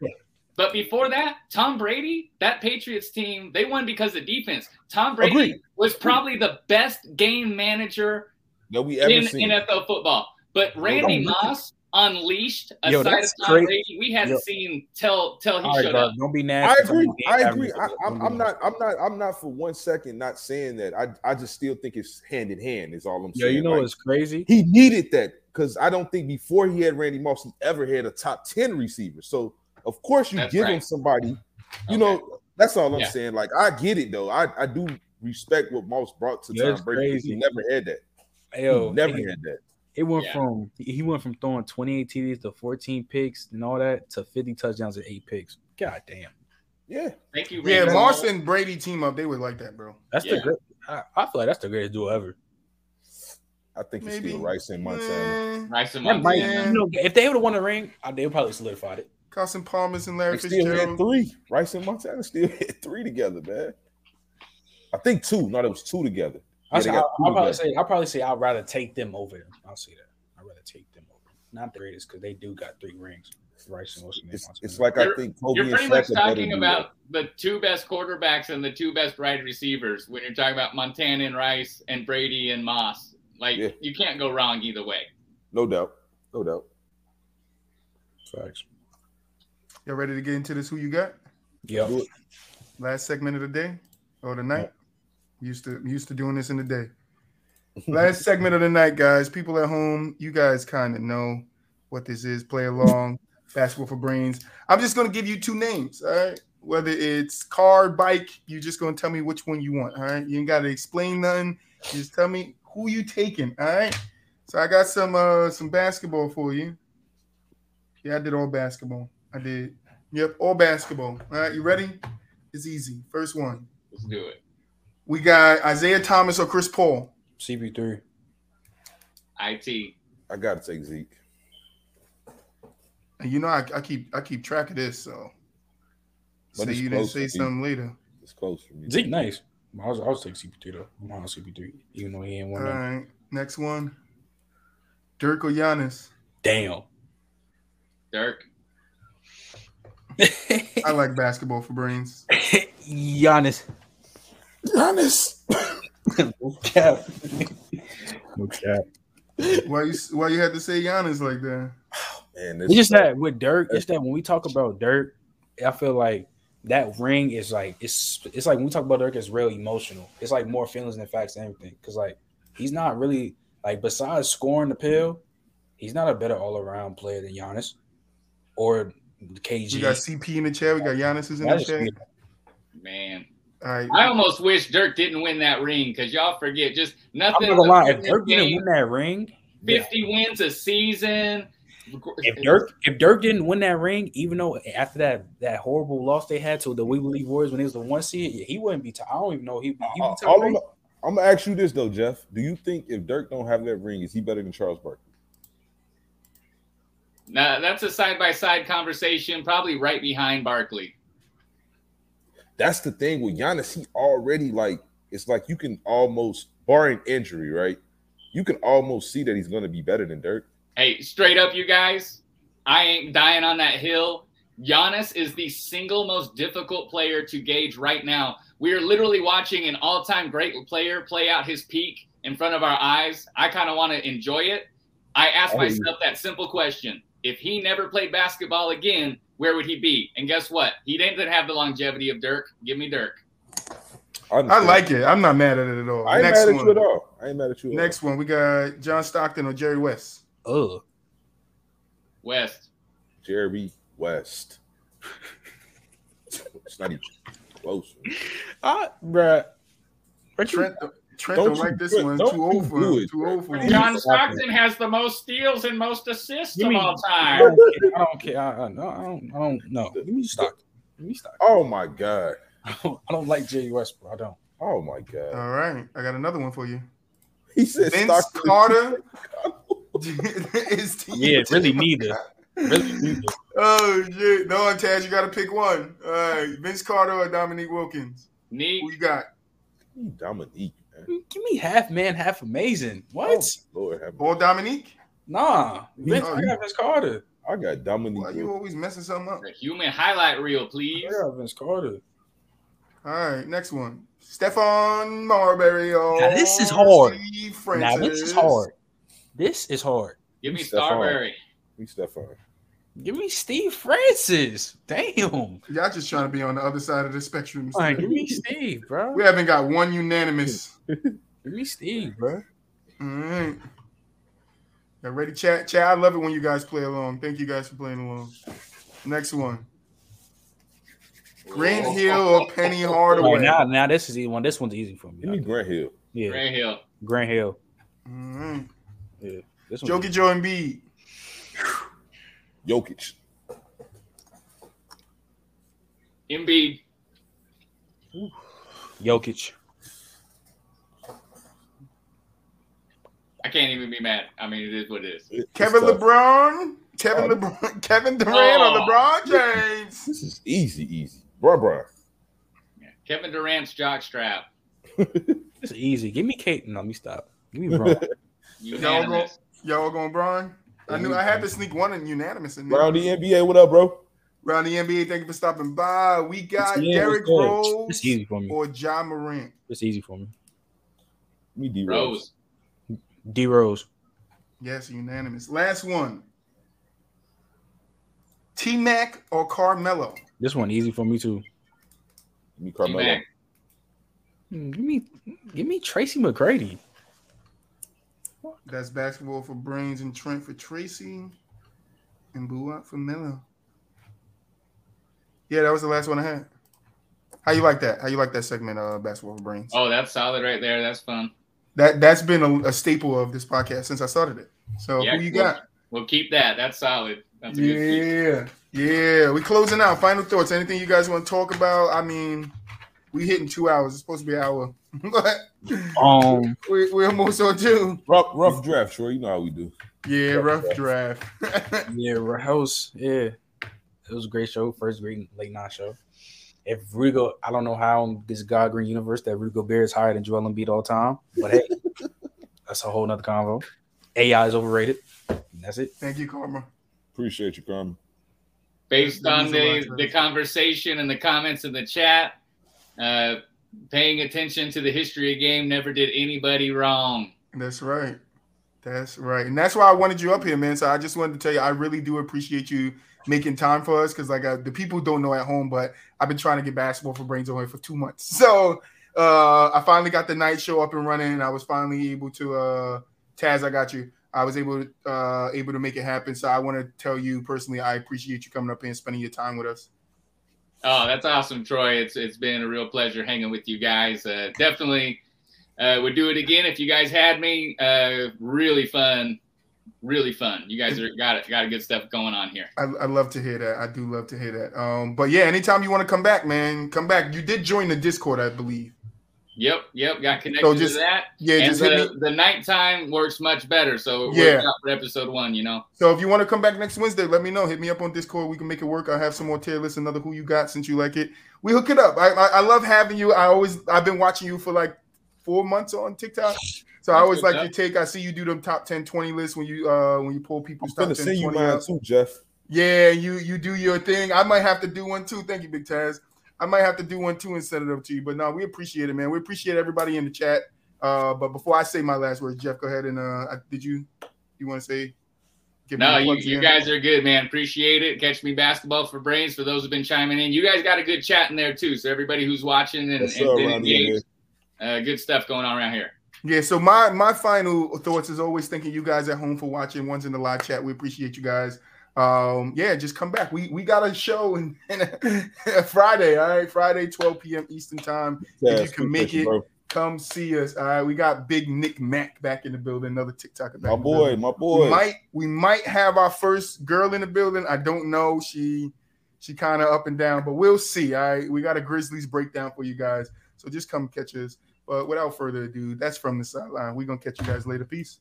But before that, Tom Brady, that Patriots team, they won because of defense. Tom Brady
Agreed.
was probably the best game manager
that we ever
in
seen.
NFL football. But Randy
Yo,
Moss unleashed a
Yo,
side of
that's
Tom
crazy.
Brady we hadn't
Yo.
seen till till he
All right,
showed
dog,
up.
don't be
I
nasty.
agree.
Don't be
I
nasty.
agree. I, I'm,
Don't be
I'm not.
nasty.
I'm not. I'm not for one second not saying that. I, I just still think it's hand in hand. Is all I'm
Yo,
saying.
you know
Like,
what's crazy?
he needed that because I don't think before he had Randy Moss, he ever had a top 10 receiver. So, of course, you
That's
give him
right.
somebody, you
Okay.
know, that's all I'm
Yeah.
saying. Like, I get it though. I, I do respect what Moss brought to
Yeah,
Tom
it's
Brady. 'cause
crazy.
He never had that.
Yo,
he never
it,
had that.
it went
Yeah.
from he went from throwing 28 TDs to 14 picks and all that to 50 touchdowns and eight picks. God damn,
Yeah.
Thank you,
yeah,
Randy
Moss and Brady team up, they would like that, bro.
that's
Yeah.
the great. I, I feel like that's the greatest duel ever.
I think it's
Maybe.
still Rice and Montana.
Eh,
Rice and
That might,
Montana.
you know, if they would have won the ring, I, they would probably solidified it.
Carson Palmer's and Larry
They still had
Fitzgerald.
three. Rice and Montana still had three together, man. I think two. No, there was two together. Yeah,
I,
they
say, I,
got
I'll
two
probably
together.
say I probably say I'd rather take them over them. I'll say that I'd rather take them over. Not the greatest because they do got three rings. Rice and Wilson. and
It's,
Montana.
it's like I
You're-
think Kobe
You're
and
pretty
Shaq
much
are better
talking
than
about the two best quarterbacks and the two best wide receivers when you're talking about Montana and Rice and Brady and Moss. Like
Yeah.
you can't go wrong either way.
No doubt. No doubt.
Facts.
Y'all ready to get into this? Who you got?
Yep.
Do it.
Last segment of the day or the night. Used to used to doing this in the day. Last segment of the night, guys. People at home, you guys kind of know what this is. Play along, basketball for brains. I'm just gonna give you two names, all right? Whether it's car, bike, you're just gonna tell me which one you want, all right? You ain't gotta explain nothing. Just tell me who you taking, all right? So I got some uh some basketball for you. Yeah, I did all basketball. I did. Yep, all basketball. All right, you ready? It's easy. First one.
Let's do it.
We got Isaiah Thomas or Chris Paul.
CP3.
It.
I gotta take Zeke.
And you know I, I keep I keep track of this, so
But
say
it's
you didn't
close
say
to easy.
something later.
It's close for me.
Zeke, nice. I was I was taking CP3 though. I'm on CP3, even though he ain't
All
one.
Uh,
Right.
right. Next one. Dirk or Giannis.
Damn.
Dirk.
I like basketball for brains.
Giannis.
Giannis.
No cap. no cap.
Why you why you had to say Giannis like that?
Man,
It's
this
just that with Dirk, it's that when we talk about Dirk, I feel like that ring is like it's it's like when we talk about Dirk, it's real emotional. It's like more feelings than facts than anything. Cause like he's not really like besides scoring the pill, he's not a better all around player than Giannis or KG.
We got CP in the chat. We got Giannis is in the
That's
chat.
weird.
Man,
All right.
I almost wish Dirk didn't win that ring because y'all forget just
I'm
nothing.
not gonna lie. If
but
Dirk didn't win that ring,
Fifty wins a season.
If Dirk if Dirk didn't win that ring, even though after that that horrible loss they had to the We Believe Warriors when it was the one seed, yeah, he wouldn't be. T- I don't even know he. he
I-
would be
Uh, all
top
I'm,
three.
I'm gonna ask you this though, Jeff. Do you think if Dirk don't have that ring, is he better than Charles Barkley?
Nah, that's a side by side conversation, probably right behind Barkley.
That's the thing with Giannis. He already like it's like you can almost barring injury, right? You can almost see that he's gonna be better than Dirk.
Hey, straight up, you guys, I ain't dying on that hill. Giannis is the single most difficult player to gauge right now. We are literally watching an all time great player play out his peak in front of our eyes. I kind of want to enjoy it. I ask
Oh, yeah.
myself that simple question if he never played basketball again, where would he be? And guess what? He didn't have the longevity of Dirk. Give me Dirk.
I like it. I'm not mad at it at all.
I ain't
Next
mad at
one.
you at all. I ain't mad at you. At all.
Next one. We got John Stockton or Jerry West.
Ugh.
West.
Jerry West. it's not even close.
I, bruh, what you-
Trent. Trent
Don't
don't,
you
like this
do it.
one.
Don't
Too
you
old for
do
him.
it.
Too old for him.
John
Exactly.
Stockton has the most steals and most assists
You
of
mean-
all
I
time.
don't care. I don't care. I, I, no, I don't. I don't. No. Give me stock. Give me stock.
Oh my god.
I don't, I don't like Jerry West, bro. I don't.
Oh my god.
All right. I got another one for you.
He said
Uh, Vince
Stockton-
Carter is team.
yeah, really neither. Really neither.
Oh shit! No, Taz, you got to pick one. All right, Vince Carter or Dominique Wilkins?
Neat.
Who you got?
Dominique. Man.
Give me half man, half amazing. What?
Oh, Lord, have mercy.
Or Dominique?
Nah. Vince,
Oh,
I got Vince Carter.
I got Dominique.
Why are you always messing something up?
The human highlight reel, please.
I got Vince Carter.
All right, next one. Stefan Marbury. Or
Now, this is hard.
Steve
Now
Francis.
this is hard. This is hard.
Give me
Stephon.
Starberry.
Give me Stephon.
Give me Steve Francis. Damn.
Y'all just trying to be on the other side of the spectrum.
Like, give me Steve, bro.
We haven't got one unanimous.
Give me Steve, bro.
All right. Y'all ready, chat? Chat, I love it when you guys play along. Thank you guys for playing along. Next one. Grant Hill or Penny
Oh,
Hardaway?
now, now this is easy one. This one's easy for
Give me
me.
Grant Hill.
Yeah,
Grant Hill.
Grant Hill.
All right.
Yeah, this one.
Jokic or Embiid?
Jokic.
Embiid.
Jokic.
I can't even be mad. I mean, it is what it is.
It- it's
Kevin
tough.
LeBron, Kevin LeBron, Kevin Durant,
Oh.
or LeBron James.
This is easy, easy. Bruh, bruh.
Kevin Durant's jockstrap.
This is easy. Give me Kate. No, let me stop. Give me Bron.
Unanimous.
Y'all going Bron? I knew I had to sneak one in unanimous in there.
Brown the NBA. What up, bro?
Round the NBA, thank you for stopping by. We got
It's- yeah,
Derrick
it's good.
Rose
It's easy for me.
or John Morant.
It's easy for me.
Give me D Rose.
Rose.
D Rose.
Yes, unanimous. Last one. T Mac or Carmelo?
This one easy for me too.
Give me Carmelo.
T-Mac.
Hmm, Give me, give me Tracy McGrady.
That's basketball for Brains and Trent for Tracy and Buat for Melo. Yeah, that was the last one I had. How you like that? How you like that segment of basketball for Brains?
Oh, that's solid right there. That's fun.
That that's been a, a staple of this podcast since I started it. So
Yeah,
who you
cool.
got?
We'll keep that. That's solid. That's a good keep.
Yeah, yeah. We closing out. Final thoughts. Anything you guys want to talk about? I mean, we hitting two hours. It's supposed to be an hour, but
Um,
we, we're almost on two.
Rough, rough draft, sure. You know how we do.
Yeah, rough draft.
yeah, House. Yeah, it was a great show. First great late night show. If Rudy Go, I don't know how in this God Green universe that Rudy Gobert is higher than Joel Embiid all time, but hey, that's a whole nother convo. AI is overrated. And that's it.
Thank you, Karma.
Appreciate you, Carmen.
Based
That
on
means a lot
the,
to us.
the conversation and the comments in the chat, uh, paying attention to the history of game never did anybody wrong.
That's right. That's right. And that's why I wanted you up here, man. So I just wanted to tell you, I really do appreciate you making time for us because, like, uh, the people don't know at home, but I've been trying to get basketball for Brains on here for two months. So Uh, I finally got the night show up and running, and I was finally able to. Uh, Taz, I got you. I was able to uh, able to make it happen. So I want to tell you personally, I appreciate you coming up here and spending your time with us.
Oh, that's awesome, Troy. It's it's been a real pleasure hanging with you guys. Uh, definitely uh, would do it again if you guys had me. Uh, really fun, really fun. You guys are got it, got a good stuff going on here.
I, I love to hear that. I do love to hear that. Um, but yeah, anytime you want to come back, man, come back. You did join the Discord, I believe.
Yep, yep, got connected so
just,
to that.
Yeah,
and uh,
just
the,
hit me.
the nighttime works much better. So it
Yeah.
worked out for episode one, you know.
So if you want to come back next Wednesday, let me know. Hit me up on Discord. We can make it work. I have some more tier lists, another who you got since you like it. We hook it up. I, I I love having you. I always I've been watching you for like four months on TikTok. So I always like your take. I see you do them top 10, 20 lists when you uh when you pull people's
I'm gonna
top 10,
send you
20
mine
up.
too, Jeff.
Yeah, you you do your thing. I might have to do one too. Thank you, Big Taz. I might have to do one too and send it up to you. But no, we appreciate it, man. We appreciate everybody in the chat. Uh, but before I say my last words, Jeff, go ahead and uh, I- did you you want to say? Give me
No,
your
you,
plugs
you
again?
guys are good, man. Appreciate it. Catch me basketball for brains for those who've been chiming in. You guys got a good chat in there too. So everybody who's watching and,
What's
and
up,
been
Rodney,
engaged, uh, good stuff going on around here.
Yeah, so my my final thoughts is always thanking you guys at home for watching ones in the live chat. We appreciate you guys. Um, yeah, just come back. We we got a show and, Friday, all right, Friday, 12 p.m. Eastern time.
Taz,
If you can
quick
make
question,
it,
bro.
Come see us. All right, we got Big Nick Mac back in the building, another TikToker. back
My
in the
boy,
building.
my
We
boy.
might we might have our first girl in the building. I don't know. She she kind of up and down, but we'll see. All right, we got a Grizzlies breakdown for you guys, so just come catch us. But without further ado, that's from the sideline. We're gonna catch you guys later. Peace.